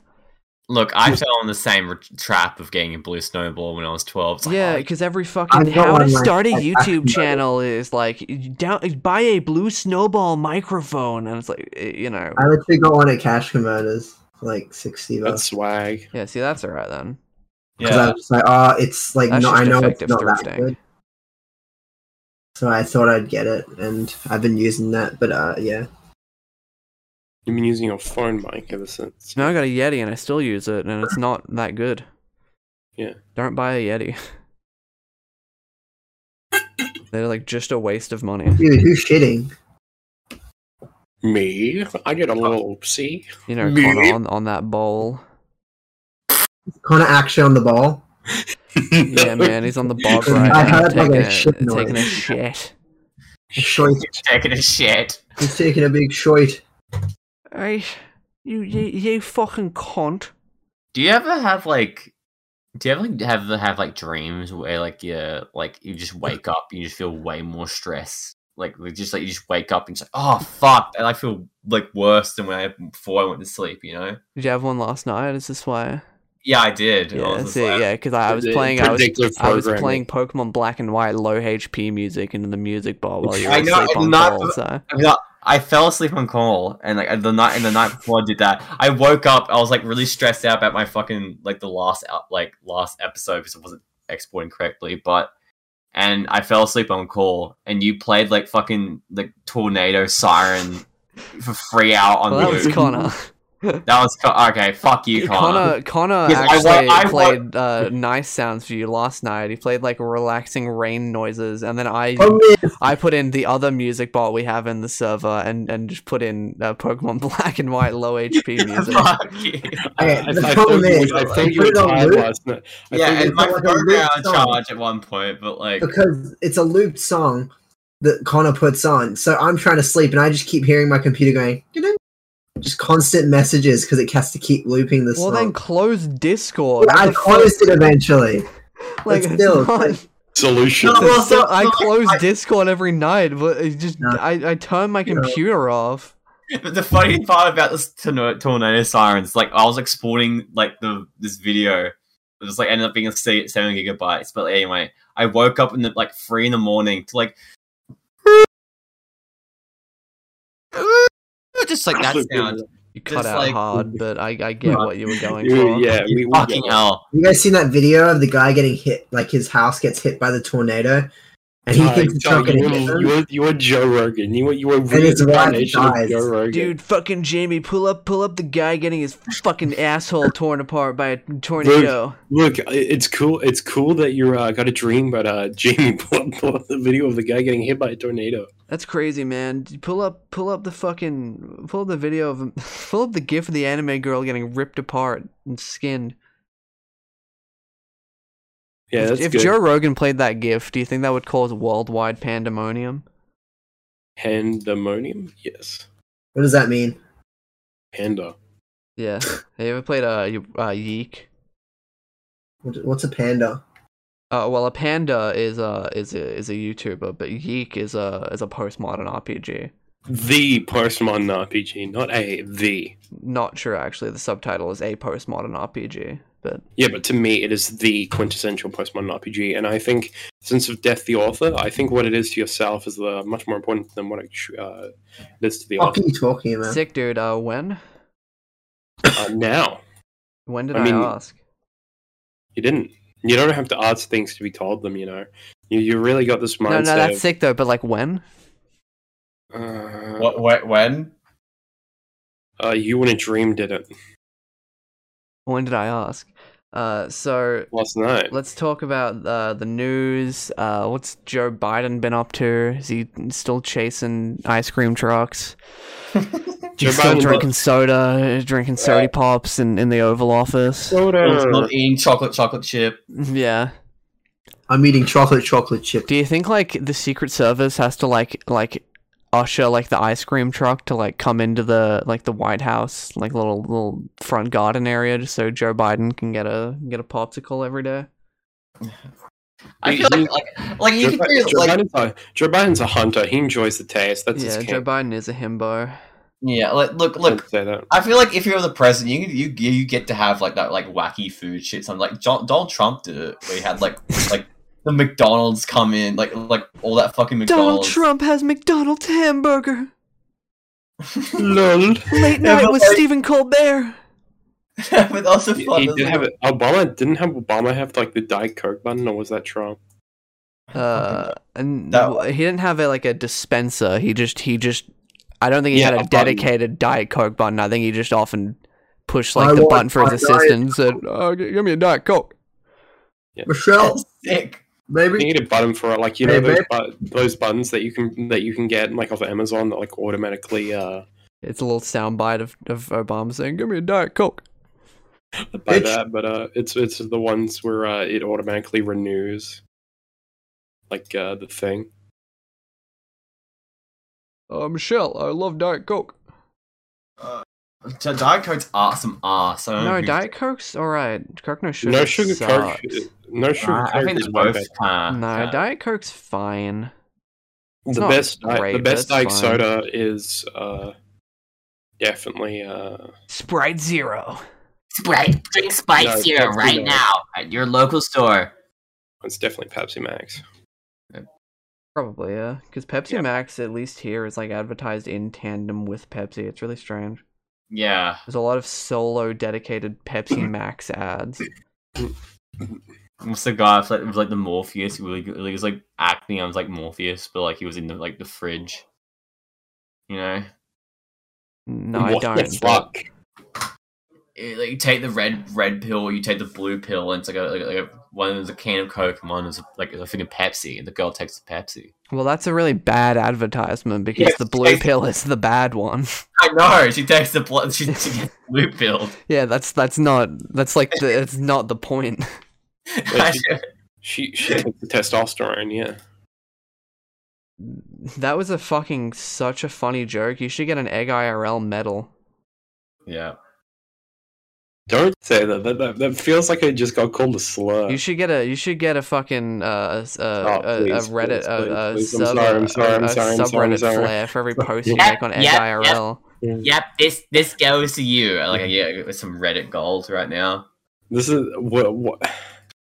Look, I fell in the same r trap of getting a blue snowball when I was twelve. It's like, yeah oh, because every fucking I've got how to one like start a that, youtube actually. channel is like you down buy a blue snowball microphone and it's like eh, you know I literally got one at Cash Converters, for, like sixty that's bucks. swag. yeah see that's all right then Because I yeah. was just like, oh, it's like That's not. I just know it's effective not that thrifting. good. So I thought I'd get it, and I've been using that. But uh, yeah, You've been using your phone mic ever since. now i got a yeti and i still use it and it's not that good Yeah. don't buy a yeti <laughs> they're like just a waste of money dude, who's shitting? Me, I Oh. did a little oopsie. you know Me? Connor, on, on that bowl Connor actually on the ball. <laughs> <laughs> yeah man he's on the bob I right now heard, like, a taking, a, shit noise. taking a shit Shoit. taking a shit. He's taking a big shoit. hey you, you you fucking cunt Do you ever have like? Do you ever like, have have like dreams where like you like you just wake up and you just feel way more stress? Like like, just like you just wake up and it's like oh fuck, and I feel like worse than when I before I went to sleep. You know? Did you have one last night? Is this why? Yeah, I did. and I Yeah, was that's just it. like- yeah, because I, I was Predict- playing. I was, predictive I was programming. playing Pokemon Black and White, low HP music into the music bar while you were I know, asleep on not- call. So. I, mean, I- I fell asleep on call, and like the night and the night before I did that, I woke up. I was like really stressed out about my fucking like the last out like last episode because it wasn't exporting correctly, but. And I fell asleep on call, and you played like fucking like tornado siren for free out on Well, that was loop. Connor. that was Con- okay. Fuck you, Connor, Connor. Connor Yes, I wa- actually I wa- played uh, nice sounds for you last night. He played like relaxing rain noises, and then I Oh, man. I put in the other music bar we have in the server, and and just put in uh, Pokemon <laughs> Black and White low HP music. <laughs> Fuck you. I, I, Okay, I, the thought problem you is, were- I like, thought you put were it on tired loop. last night. I Yeah, thought you and my like a phone loop ran out of song. charge at one point, but like because it's a looped song that Connor puts on. So I'm trying to sleep, and I just keep hearing my computer going, "Ding-ding." just constant messages because it has to keep looping the Well, song. then close Discord. Yeah, What I the fuck? closed it eventually. Like, But it's still, not- like- solution. No, <laughs> well, So so- I so, close Discord every night, but it just No. I, I turn my You know. computer off. But the funny part about this tornado, tornado sirens, like I was exporting like the this video, it was like ended up being a se- seven gigabytes. But anyway, I woke up in the like three in the morning to like <laughs> just like that sound. You Just cut out like- hard, but I, I get Right. what you were going You- for. Yeah, we, we Fucking get it. hell! You guys seen that video of the guy getting hit, like his house gets hit by the tornado, and he Uh, thinks it's Joe, not going you, to hit were, you, them? were, you were Joe Rogan. You were you were his wife reincarnation of dies. Joe Rogan. Dude, fucking Jamie, pull up, pull up the guy getting his <laughs> fucking asshole torn apart by a tornado. Look, i- it's cool. It's cool that you uh, got a dream, but uh, Jamie <laughs> pulled, pulled up the video of the guy getting hit by a tornado. That's crazy, man. Pull up, pull up the <laughs> fucking, pull up the video of, pull up the gif of the anime girl getting ripped apart and skinned. Yeah, if that's if good. Joe Rogan played that GIF, do you think that would cause worldwide pandemonium? Pandemonium? Yes. What does that mean? Panda. <laughs> Yeah. Have you ever played uh, you- uh Yeek? What- What's a panda? Uh, well, a panda is a is a is a YouTuber, but Yeek is a is a postmodern RPG. The postmodern RPG, not a the. Not sure actually. The subtitle is a postmodern RPG, but Yeah, but to me, it is the quintessential postmodern RPG, and I think, since of death the author, I think what it is to yourself is uh, much more important than what it, sh- uh, it is to the What author. are you talking about? sick dude. Uh, when Uh, now, when did I I, mean- ask? you didn't. You don't have to ask things to be told them. You know, you you really got this No, no, mindset. that's sick though. But like when? of, uh, What? Wh- when? uh, you wouldn't dream did it When did I ask? Uh, so last night. Let's talk about uh, the news. Uh, what's Joe Biden been up to? Is he still chasing ice cream trucks? Joe He's still Biden- drinking soda, drinking soda pops in, in the Oval Office. It's Soda. not eating chocolate chocolate chip. Yeah. I'm eating chocolate chocolate chip. Do you think like the Secret Service has to like like usher like the ice cream truck to like come into the like the White House like little little front garden area just so Joe Biden can get a get a popsicle every day? I feel like like, like you Joe, could Bi- do Joe, like Biden's a, Joe Biden's a hunter. He enjoys the taste. That's yeah, his Joe camp. Biden is a himbo. yeah like look look Don't say that. I feel like if you're the president, you you you get to have like that like wacky food shit. Something like John, Donald Trump did it, where he had like <laughs> like the McDonald's come in, like like all that fucking Donald McDonald's. Trump has McDonald's hamburger. Lol. <laughs> Late Yeah, night but with like- Stephen Colbert. <laughs> but also He, fun. he is, did like, have it. Obama didn't have Obama have like the Diet Coke button, or was that Trump? Uh, and That- w- he didn't have a, like a dispenser. He just he just. I don't think he Yeah, had a a button. dedicated Diet Coke button. I think he just often pushed I like the want button for his my assistant and said, oh, g- "Give me a Diet Coke." Michelle, sick. You maybe need a button for it, like you know Hey, those, babe. bu- those buttons that you can that you can get like off of Amazon that like automatically. Uh, It's a little soundbite of of Obama saying, "Give me a Diet Coke." by Bitch. that, but uh, it's it's the ones where uh, it automatically renews, like uh, the thing. Uh, Michelle, I love Diet Coke. Di- Diet Coke's ass some ass. I don't know No, who- Diet Coke's all right. Coke no sugar. Oh, no sugar sucks. coke. Ah, No sugar Uh, I coke. think is they're my both best- kind No, Diet Coke's fine. it's the not best. Diet- great, the but best it's Diet fine. soda is uh, definitely. Uh, Sprite Zero. Sprite, drink Sprite No, Zero Pepsi right don't. now. At uh, your local store. it's definitely Pepsi Max. Probably, yeah. Because Pepsi Yeah. Max, at least here, is like advertised in tandem with Pepsi. It's really strange. Yeah. There's a lot of solo <laughs> dedicated Pepsi Max ads. What's the guy? It was like the Morpheus. He was like, he was like acting. I was like Morpheus, but like he was in the, like the fridge. You know, No, what I The don't. but- fuck? It- like you take the red red pill, or you take the blue pill, and it's like a, like a, like a one is a can of Coke, and one is like a thing of Pepsi, and the girl takes the Pepsi. Well, that's a really bad advertisement because the <laughs> blue exactly. pill is the bad one. <laughs> I know she takes the blood. <laughs> She, she gets the blue pill. yeah, that's that's not that's like the, it's not the point. <laughs> <laughs> Wait, She she took the testosterone. Yeah. That was a fucking such a funny joke. You should get an Egg IRL medal. yeah, Don't say that. That, that. that feels like I just got called a slur. You should get a you should get a fucking uh, Uh, Oh, a, a, a please, Reddit please, a, a please, please. I'm sub- uh, sorry, I'm sorry, I'm a sorry, I'm sorry, I'm subreddit sorry. <laughs> flare for every post you Yeah, make on yeah, yeah. EggIRL. Yep, this this goes to you. I Like yeah, with some Reddit gold right now. This is what, what,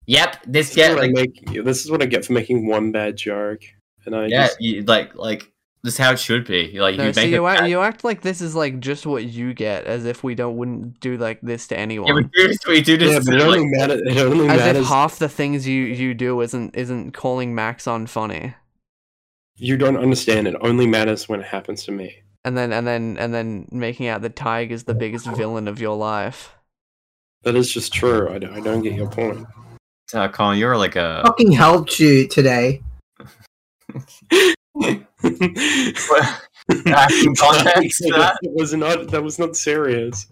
Yep, this this, is get what I like make, this is what I get for making one bad joke. And I yeah, just you, like like this is how it should be. You, Like No, you so make <laughs> you a act, you act like this is like just what you get, as if we don't wouldn't do like this to yeah, we anyone. do this. We do this. yeah, but it like- only matters. It only as matters. if half the things you you do isn't isn't calling Max on funny, you don't understand. It only matters when it happens to me. and then and then and then making out that Tiger's the biggest villain of your life. That is just true. I don't, I don't get your point. Uh, Colin, you're like a. fucking helped you today. <laughs> Acting context for that? that was not. That was not serious.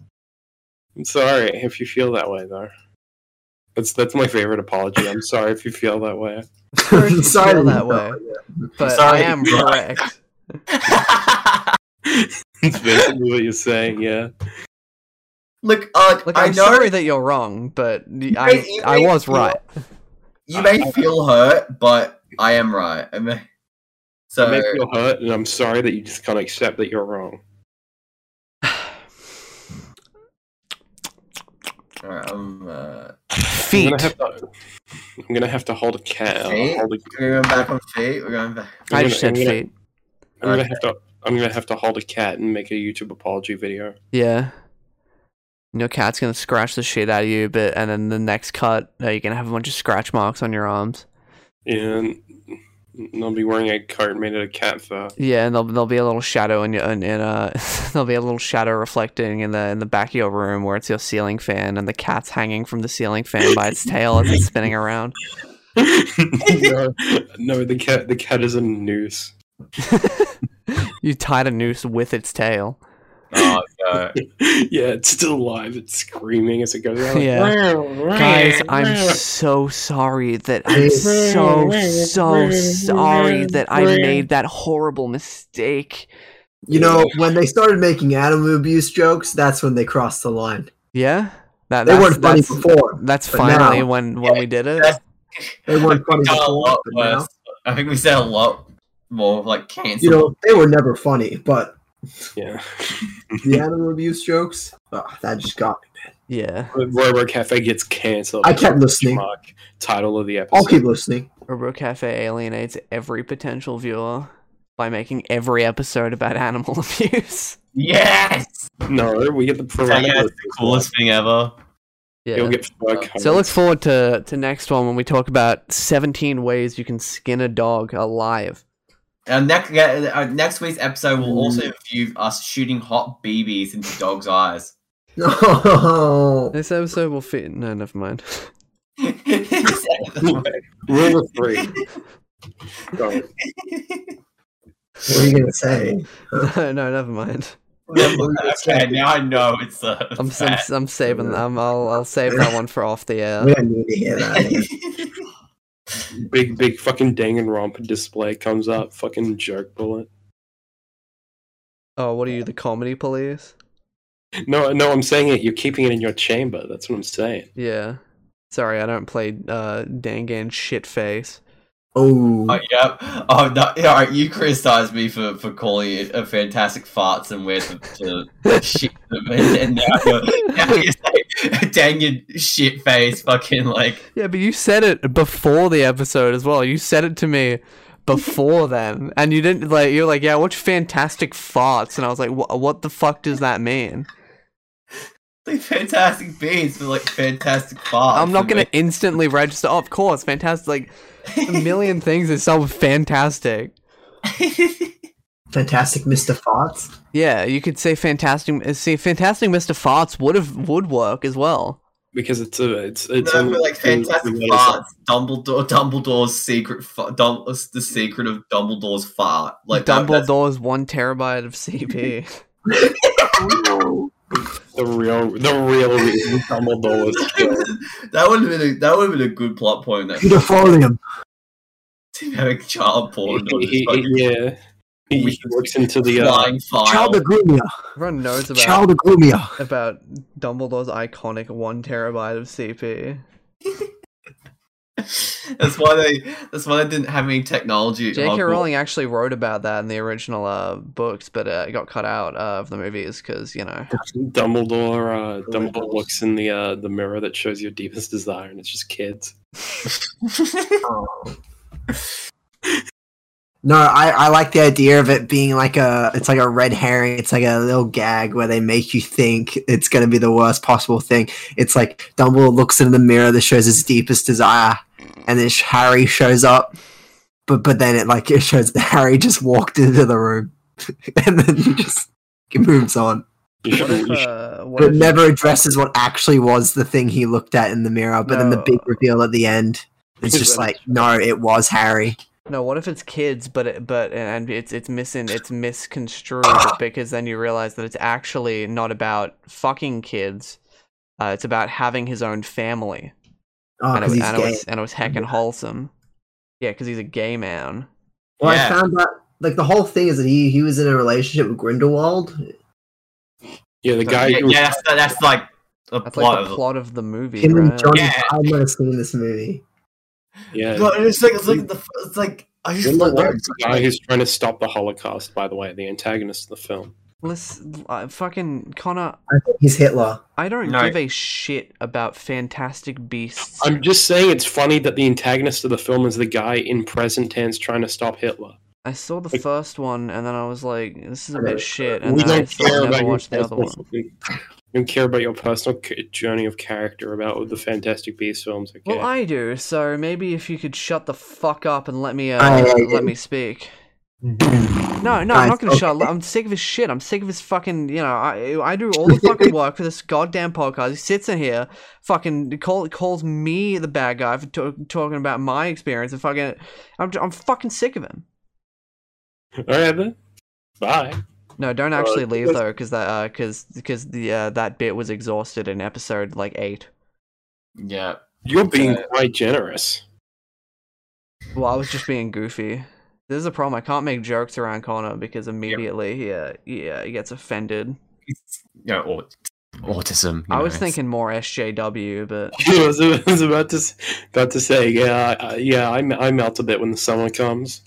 I'm sorry if you feel that way, though. That's that's my favorite apology. I'm sorry if you feel that way. Sorry to feel that you way. felt like But sorry. I am <laughs> correct. It's basically what you're saying, yeah. <laughs> Look, uh, Like I I'm know sorry that you're wrong, but y- may- I you I may was feel- right. you may feel hurt, but I am right. I may- It So makes you hurt, and I'm sorry that you just can't accept that you're wrong. alright, I'm, uh, I'm Feet. gonna have to, I'm gonna have to hold a cat. Feet? Hold a, we're going back on feet. We're going back. I just I'm said gonna- feet. I'm gonna have to. I'm gonna have to hold a cat and make a YouTube apology video. Yeah. And Your cat's gonna scratch the shit out of you, but and then the next cut, uh, you're gonna have a bunch of scratch marks on your arms. And I'll be wearing a coat made out of cat fur. Yeah, and there'll, there'll be a little shadow in your in, in uh <laughs> there'll be a little shadow reflecting in the in the back of your room where it's your ceiling fan and the cat's hanging from the ceiling fan by its tail as it's spinning around. no, no, the cat. The cat is a noose. <laughs> You tied a noose with its <laughs> tail. <laughs> Oh, God. yeah, it's still alive. It's screaming as it goes around. like, Yeah. Guys, I'm so sorry that I'm so so sorry that I made that horrible mistake. You know, when they started making animal abuse jokes, that's when they crossed the line. Yeah? That They that's, weren't funny that's, before. that's but finally now- when when we did it. that's- They weren't <laughs> funny Got a before, lot but now, worse. I think we said a lot more like cancel. you know, they were never funny. But yeah. <laughs> the animal abuse jokes, oh, that just got me. Yeah. Robo Cafe gets cancelled. I kept listening. Mark, title of the episode. I'll keep listening. Robo Cafe alienates every potential viewer by making every episode about <laughs> animal abuse. yes, No, we get the That- yeah, perimeter. it's the coolest thing ever. You'll get fur coats. So look forward to to next one when we talk about 17 ways you can skin a dog alive. Our next yeah, our next week's episode will also view us shooting hot BBs into dogs' eyes. <laughs> <laughs> No, This episode will fit. No, never mind. <laughs> Rule of three. <laughs> Sorry. what are you gonna say? no, no, never mind. okay, now I know it's uh, I'm it's s- I'm, bad. s- I'm saving. i I'll I'll save that one for off the <laughs> air. We don't need to hear <laughs> that. Big, big fucking Danganronpa display comes up. Fucking jerk bullet. Oh, what are you, the comedy police? No, no, I'm saying it. You're keeping it in your chamber. That's what I'm saying. Yeah. Sorry, I don't play uh, Dangan shit face. Oh, Oh, yep. Oh, no. yeah, All right, you criticized me for, for calling it a fantastic farts and where to, to shit them. <laughs> And, and now, you're, now you're saying, dang your shit face, fucking like. Yeah, but you said it before the episode as well. You said it to me before <laughs> then, and you didn't like. You're like, yeah, watch Fantastic Farts, and I was like, "Wha- what the fuck does that mean? Like fantastic beans for like fantastic farts. I'm not and gonna instantly register. Oh, of course, fantastic. Like a million things that sound fantastic. fantastic, Mister Fox. Yeah, you could say fantastic. uh, See, fantastic Mr. Farts would have would work as well. Because it's a, it's, it's No, on- but, like fantastic farts. Dumbledore, Dumbledore's secret, fa- Dum- the secret of Dumbledore's fart. Like that- that's- Dumbledore's one terabyte of <laughs> CP. The real, the real reason Dumbledore <laughs> was killed. that would have been a, that would have been a good plot point. <laughs> That <laughs> Peter Follium. having child porn. He- on this he- fucking he- yeah. He, he looks into the uh, flying file. Child Agrumia. Everyone knows about Child Agrumia. about Dumbledore's iconic one terabyte of CP. <laughs> that's why they. That's why they didn't have any technology. at J.K. Hogwarts. Rowling actually wrote about that in the original uh, books, but uh, it got cut out uh, of the movies because you know. Dumbledore. Uh, Dumbledore looks in the uh, the mirror that shows your deepest desire, and it's just kids. No, I, I like the idea of it being like a it's like a red herring. It's like a little gag where they make you think it's gonna be the worst possible thing. It's like Dumbledore looks in the mirror that shows his deepest desire, and then Harry shows up. But but then it like it shows that Harry just walked into the room, <laughs> and then he just it moves on. You should, What if, you should- uh, what But if, it never addresses what actually was the thing he looked at in the mirror. But then the No. big reveal at the end, it's just like no, it was Harry. no, what if it's kids, but it, but and it's it's missing, it's <coughs> misconstrued because then you realize that it's actually not about fucking kids. Uh, it's about having his own family. Oh, and, I, because was- he's and, I gay. was, and I was heckin' wholesome. Yeah, because he's a gay man. Well, Yeah. I found out like the whole thing is that he he was in a relationship with Grindelwald. Yeah, the Yeah, guy. yeah, who- yeah, that's, that's like a That's plot. like the of- plot of the movie, Him right? and Johnny Yeah. I might have seen this movie. yeah. But it's like it's like the f- it's like I just Remember love what? that. The guy who's trying to stop the Holocaust, by the way, the antagonist of the film. Listen, uh, fucking Connor, I think he's Hitler. I don't No. give a shit about Fantastic Beasts. I'm just saying it's funny that the antagonist of the film is the guy in present tense trying to stop Hitler. I saw the Like- first one and then I was like, this is a Okay. bit shit, and we then I don't care still about never your watched the other one. personal- We don't care about your personal c- journey of character about the Fantastic Beasts films. Okay. Well, I do, so maybe if you could shut the fuck up and let me uh, I- I let do. me speak. No, no, I'm Nice, not gonna shut. okay. up. I'm sick of his shit. I'm sick of his fucking. You know, I I do all the <laughs> fucking work for this goddamn podcast. He sits in here, fucking call, calls me the bad guy for to- talking about my experience and fucking. I'm I'm fucking sick of him. All right then. Bye. No, don't actually leave that's- though, because that uh, because because the uh, that bit was exhausted in episode like eight. Yeah, You're being Uh, <laughs> quite generous. Well, I was just being goofy. This is a problem. I can't make jokes around Connor because immediately he uh, yeah he gets offended. yeah, or autism. you I know, was it's- thinking more SJW, but <laughs> I was, I was about to s- about to say, yeah, I, yeah, I, I melt a bit when the summer comes.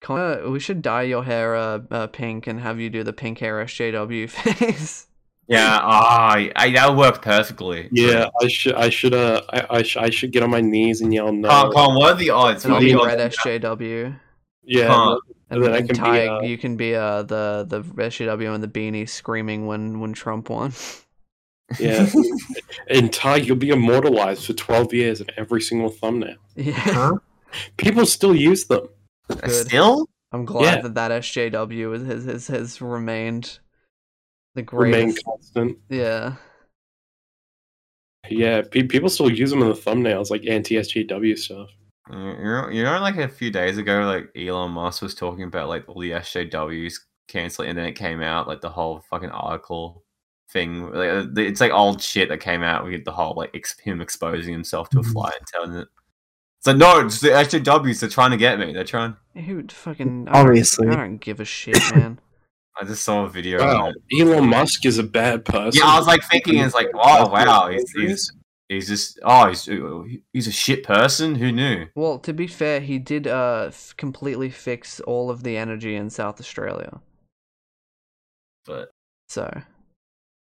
Connor, we should dye your hair uh, uh pink and have you do the pink hair SJW <laughs> face. Yeah, ah, I- I- that would work perfectly. Yeah, I should, I should, uh, I, I, sh- I should get on my knees and yell no. Con, Con, what are the odds? and What I'll are the be odds? red SJW. yeah, Con, And, then I and can be, Ty, uh, you can be uh the the SJW and the beanie screaming when when Trump won. <laughs> yeah. <laughs> and Ty, you'll be immortalized for twelve years in every single thumbnail. yeah, People still use them. good. still? I'm glad Yeah. that that SJW is, has has has remained the Remain greatest. constant. Yeah. Yeah, pe- people still use them in the thumbnails, like anti-SGW stuff. You know, you know, like a few days ago, like Elon Musk was talking about like all the SJWs canceling, and then it came out like the whole fucking article thing. Like, uh, the- it's like old shit that came out with the whole like ex- him exposing himself to a Mhm. fly and telling it. It's like no, it's the SJWs. They're trying to get me. They're trying. Who would fucking I don't- Obviously. I don't give a shit, man. I just saw a video. of Wow, it. Elon Musk is a bad person. Yeah, I was like thinking, it's like, oh wow, he's, he's he's just oh he's he's a shit person. Who knew? Well, to be fair, he did uh f- completely fix all of the energy in South Australia. But So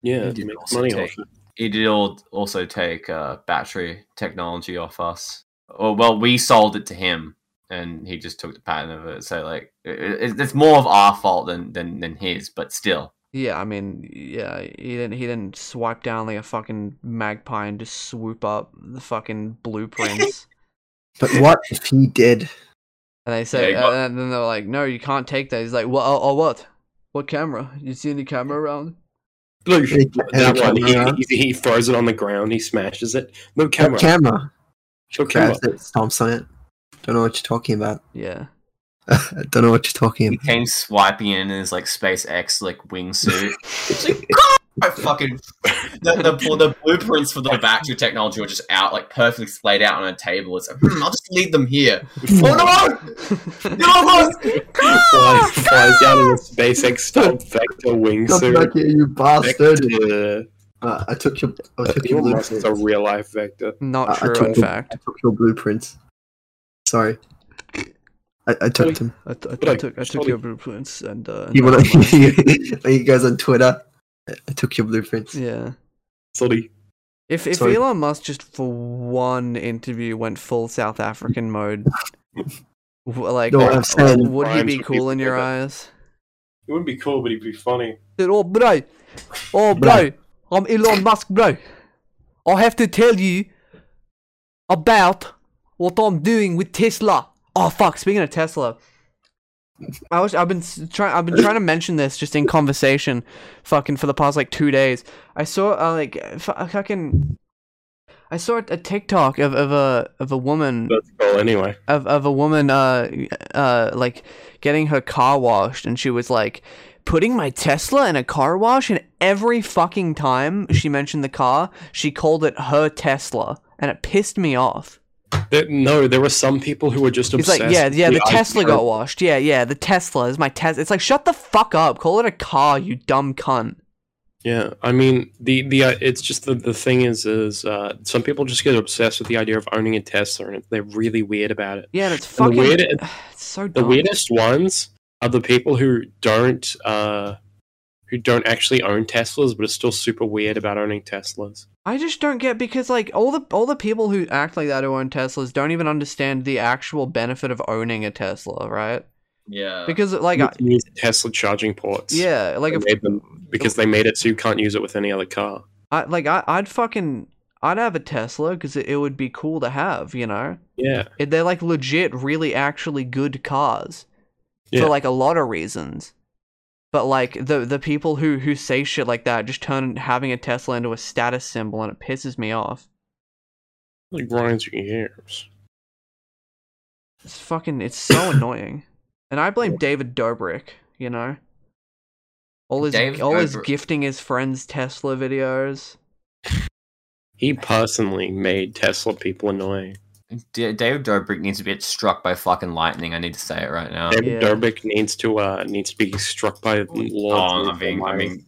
yeah, He did make also money off take- it. it did al- also take uh, battery technology off us. Or well, we sold it to him, and he just took the patent of it. So like, it, it, it's more of our fault than than than his. But still, yeah, I mean, yeah, he didn't he didn't swipe down like a fucking magpie and just swoop up the fucking blueprints. But what if he did? And they say, he got- uh, and then they're like, "No, you can't take that." He's like, "Well, oh, oh, what? What camera? You see any camera around?" Look, Yeah, that one, yeah. he, he, he throws it on the ground, he smashes it. No Camera. camera. camera. No camera. Grabs it, stomps on it. Don't know what you're talking about. Yeah, Don't know what you're talking he about. came swiping in in his like SpaceX like wingsuit. It's like, I fucking <laughs> the, the the blueprints for the battery technology were just out like perfectly laid out on a table. It's like hmm, I'll just leave them here. oh no, <laughs> no, no! Oh, flies, flies down in the SpaceX stop vector Come back wingsuit. here, you bastard! Vector. Uh, I took your, I took your Elon Musk is blueprints. a real life vector. I- I not true. took in the- fact, I took your blueprints. Sorry, I, I took them. I, t- I, But I I took I took totally- your blueprints and uh, You now want I'm like- to? <laughs> you guys on Twitter? I, I took your blueprints. yeah. Sorry. If if Sorry. Elon Musk just for one interview went full South African mode, w- like No, uh, I'm saying- would he Crimes be would be cool in your better. eyes? It wouldn't be cool, but it'd be funny. Said, oh, bro. Oh, bro. I'm Elon Musk, bro. I have to tell you about what I'm doing with Tesla. Oh, fuck. Speaking of Tesla. I was, I've been trying. I've been trying to mention this just in conversation, fucking for the past like two days. I saw uh, like f- a fucking. I saw a TikTok of, of a of a woman That's cool anyway. of of a woman uh uh like getting her car washed and she was like putting my Tesla in a car wash and every fucking time she mentioned the car she called it her Tesla and it pissed me off. There- no, there were some people who were just It's obsessed. like, yeah, yeah, with the Tesla idea- got washed. Yeah, yeah, the Tesla is my Tesla. It's like, shut the fuck up. Call it a car, you dumb cunt. Yeah, I mean the the uh, it's just the, the thing is is uh, some people just get obsessed with the idea of owning a Tesla and they're really weird about it. Yeah, and it's And fucking. the weird- <sighs> it's so The dumb. weirdest ones are the people who don't uh, who don't actually own Teslas but are still super weird about owning Teslas. I just don't get because like all the all the people who act like that who own Teslas don't even understand the actual benefit of owning a Tesla, right? Yeah. Because like, You I, can use Tesla charging ports. yeah, like They if made them- because they made it so you can't use it with any other car. I like I, I'd fucking I'd have a Tesla because it, it would be cool to have, you know. Yeah, It, they're like legit, really, actually good cars Yeah. for like a lot of reasons. But like the the people who who say shit like that just turn having a Tesla into a status symbol, and it pisses me off. like grinds your ears. It's fucking it's so annoying, and I blame David Dobrik. You know, all his David all his Dobrik. gifting his friends Tesla videos. He personally made Tesla people annoying. D- David Dobrik needs to be struck by fucking lightning. I need to say it right <laughs> now. David Yeah. Dobrik needs to uh needs to be struck by law. Oh, I mean, I mean,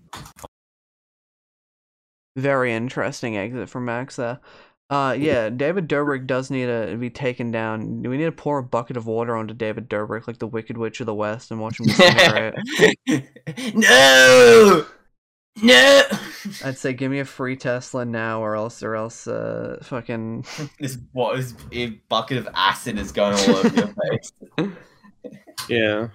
Very interesting exit from Max there. Uh, yeah, David Dobrik does need to be taken down. We need to pour a bucket of water onto David Dobrik, like the Wicked Witch of the West, and watch <laughs> him disintegrate. no! No! I'd say, give me a free Tesla now, or else, or else, uh, <laughs> fucking. <laughs> this what this a bucket of acid is going all over <laughs> your face. yeah.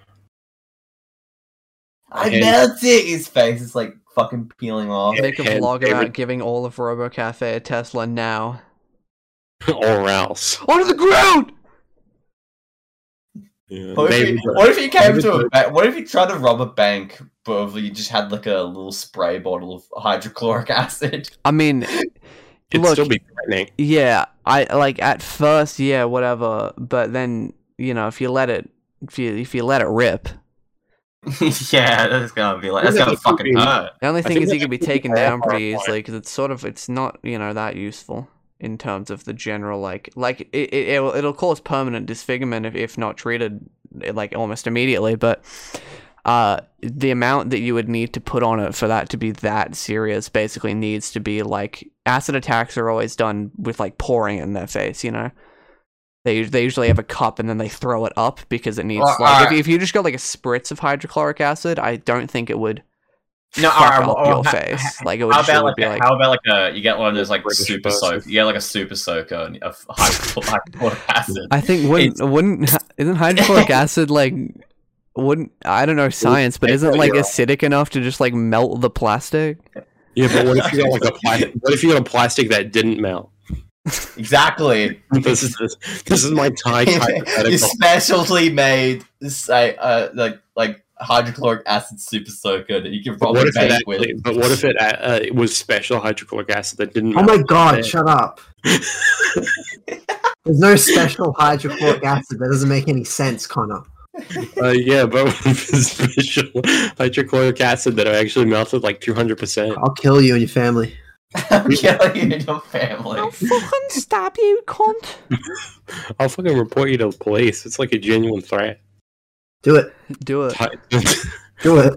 I And- it. His face is like fucking peeling off. Make a And vlog David- about giving all of RoboCafe a Tesla now. <laughs> or else. Onto the ground! Yeah. What if, Maybe he, what if he came David to a Dobrik- bank? What if he tried to rob a bank, but you just had like a little spray bottle of hydrochloric <laughs> acid? I mean, it'd look- still be threatening. yeah, I like at first, yeah, whatever, but then you know, if you let it, if you if you let it rip, yeah, that's gonna be like that's gonna fucking hurt. The only I thing think is, he that's could be actually taken fair down for pretty a point. easily because it's sort of it's not you know that useful in terms of the general like like it, it it'll, it'll cause permanent disfigurement if if not treated eh, like almost immediately, but. Uh, the amount that you would need to put on it for that to be that serious basically needs to be like acid attacks are always done with like pouring it in their face, you know. They they usually have a cup and then they throw it up because it needs Well, like alright. if, if you just got like a spritz of hydrochloric acid, I don't think it would No, fuck alright, up well, your ha- face. Like it would, How just, it about would like, be a, like, how about like a you get one of those like British super bastard. soak you get like a super soaker and a f- <laughs> hydro- hydrochloric acid. I think wouldn't wouldn't isn't <laughs> hydrochloric acid like wouldn't I don't know science, but take isn't out like your- acidic enough to just like melt the plastic? Yeah, but what if you got like a plastic? What if you got a plastic that didn't melt? Exactly. This is this is my tie <laughs> you hypothetical. specialty made say uh like like hydrochloric acid super soaker that you can But rob a what if it bank actually? with. But what if it uh, uh, it was special hydrochloric acid that didn't? Oh Melt? my god, <laughs> shut up. There's no special hydrochloric acid. That doesn't make any sense, Connor. uh, yeah, but <laughs> what if it's special hydrochloric acid that actually melted like two hundred percent? I'll kill you and your family. <laughs> I'm killing you and your family. fucking stab you, cunt! I'll fucking report you to the police. It's like a genuine threat. Do it. Do it. Ti- Do it. <laughs>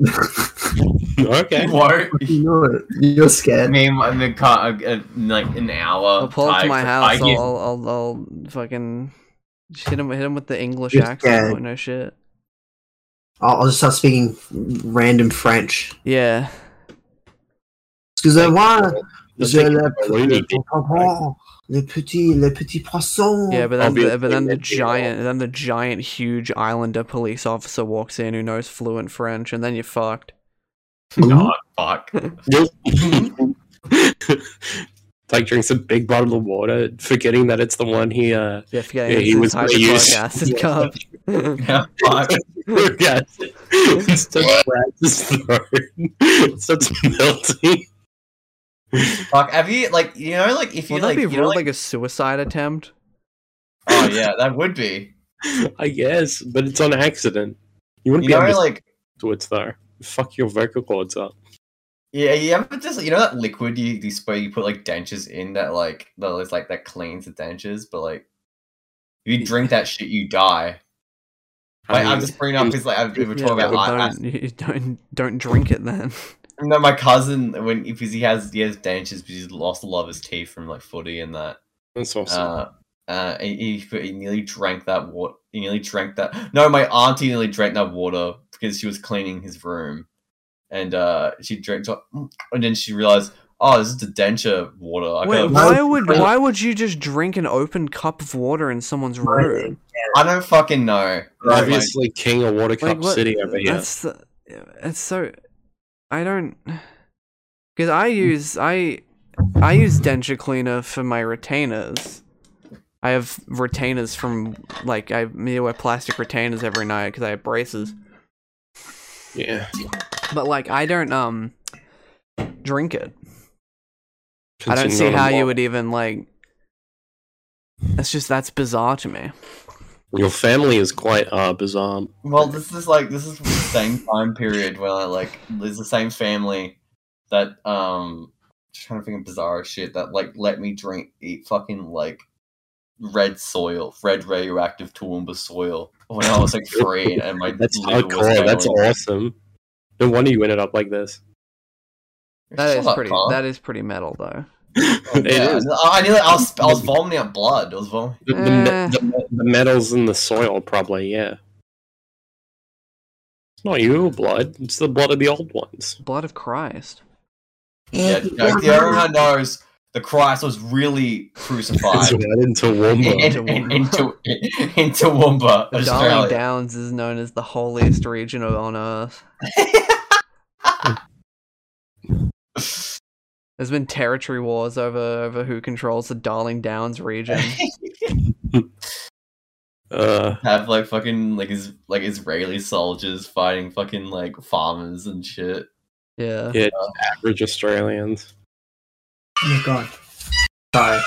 <laughs> okay. You won't. you know it. You're I scared. mean, I'm in car, uh, uh, like an hour. I'll pull up to Ty- my I house. I'll, give- I'll, I'll, I'll fucking just hit him hit him with the English You're accent. scared. Or no shit. I'll, I'll just start speaking random French. Yeah. Excusez-moi. Just je take le, your baloney dick. le, le petit, le petit poisson. Yeah, but then, Obviously, the, but then the that'd be giant, then the giant, huge islander police officer walks in who knows fluent French, and then you're fucked. No, <laughs> fuck. Nope. Tyke drinks a big bottle of water, forgetting that it's the one he uh <laughs> Yeah, forgetting Yeah, it's he his was gonna hydrochloric use- <laughs> acid cup. Yeah, fuck. yeah. starts grabs his throat. <laughs> It starts melting. fuck. Have you like you know like if you Would that like, be you know, ruled like- like a suicide attempt? oh yeah that would be I guess, but it's on accident. You you wouldn't be know able to like do it though. Fuck your vocal cords up. Yeah, you ever just you know that liquid you you spray you put like dentures in that like that is like that cleans the dentures, but like if you drink that shit, you die. Like, I'm just bringing up because like I've, we're Yeah, talking about but I- I- don't, you don't don't drink it <laughs> then. No, my cousin when because he has he has dentures, but he's lost a lot of his teeth from like footy and that. That's awesome. Uh, uh, he, he, he nearly drank that water. He nearly drank that. No, my auntie nearly drank that water because she was cleaning his room, and uh, she drank so- and then she realized, oh, this is the denture water. I, Wait, gotta- why would why would you just drink an open cup of water in someone's room? I don't fucking know. Like, Obviously, king of water cup Like, what- city over here. That's the, it's so. I don't. Because I use I I use denture cleaner for my retainers. I have retainers from like I me wear plastic retainers every night because I have braces. Yeah, But like I don't um drink it. I Considering don't see I'm how you wa- would even like. That's just that's bizarre to me. e- Your family is quite uh, bizarre. Well, this is like this is the same time period where I, like there's the same family that um just trying to think of bizarre shit that like let me drink eat fucking like red soil, red radioactive Toowoomba soil when I was like <laughs> three and my That's liver was hardcore. That's going. awesome. No wonder you ended up like this. That Shut is up, pretty. Carl. That is pretty metal though. <laughs> It Yeah, is. I, I knew that I was I was vomiting out blood. I was <laughs> vomiting. The, the, me- Eh. the, me- the metals in the soil, probably. Yeah. It's not your blood. It's the blood of the old ones. Blood of Christ. Yeah, no, yeah, everyone knows the Christ was really crucified. It's right into <laughs> Womba. in, in, in, Too- in Toowoomba, The Australia. Darling Downs is known as the holiest region of- on Earth. <laughs> There's been territory wars over over who controls the Darling Downs <laughs> region. Uh, have like fucking like is like Israeli soldiers fighting fucking like farmers and shit. Yeah. yeah, average Australians. Oh god. Sorry.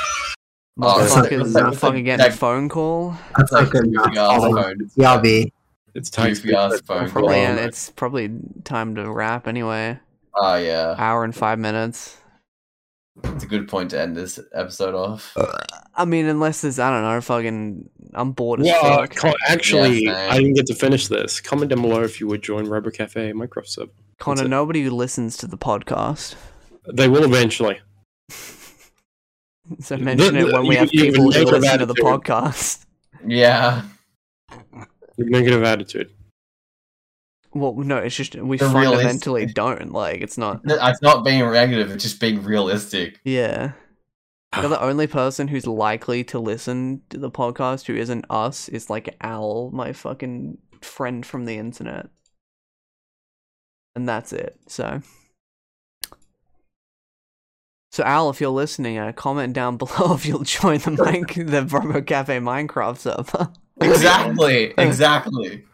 Motherfuckers Oh, fucking getting a that- phone call. That's Like, not good enough. goofy ass Oh, phone, CRB. It's time. goofy ass phone call. Probably, and on. it's probably time to wrap anyway. Oh yeah, Hour and five minutes. it's a good point to end this episode off. I mean, unless there's I don't know, fucking I'm bored as Yeah, fuck. co- actually, Yeah, same. I didn't get to finish this. Comment down below if you would join Robo Cafe Minecraft server. Connor, it. nobody who listens to the podcast. They will eventually. So The- mention it the- when we you- have you people who negative listen to the attitude. podcast. <laughs> Yeah, Negative attitude. Well, no, it's just we The realist- fundamentally don't like. It's not. it's not being negative; it's just being realistic. Yeah, you're the only person who's likely to listen to the podcast who isn't us is like Al, my fucking friend from the internet, and that's it. So, so Al, if you're listening, uh, comment down <laughs> below if you'll join the Mine- the Robo Cafe Minecraft server. Exactly, exactly.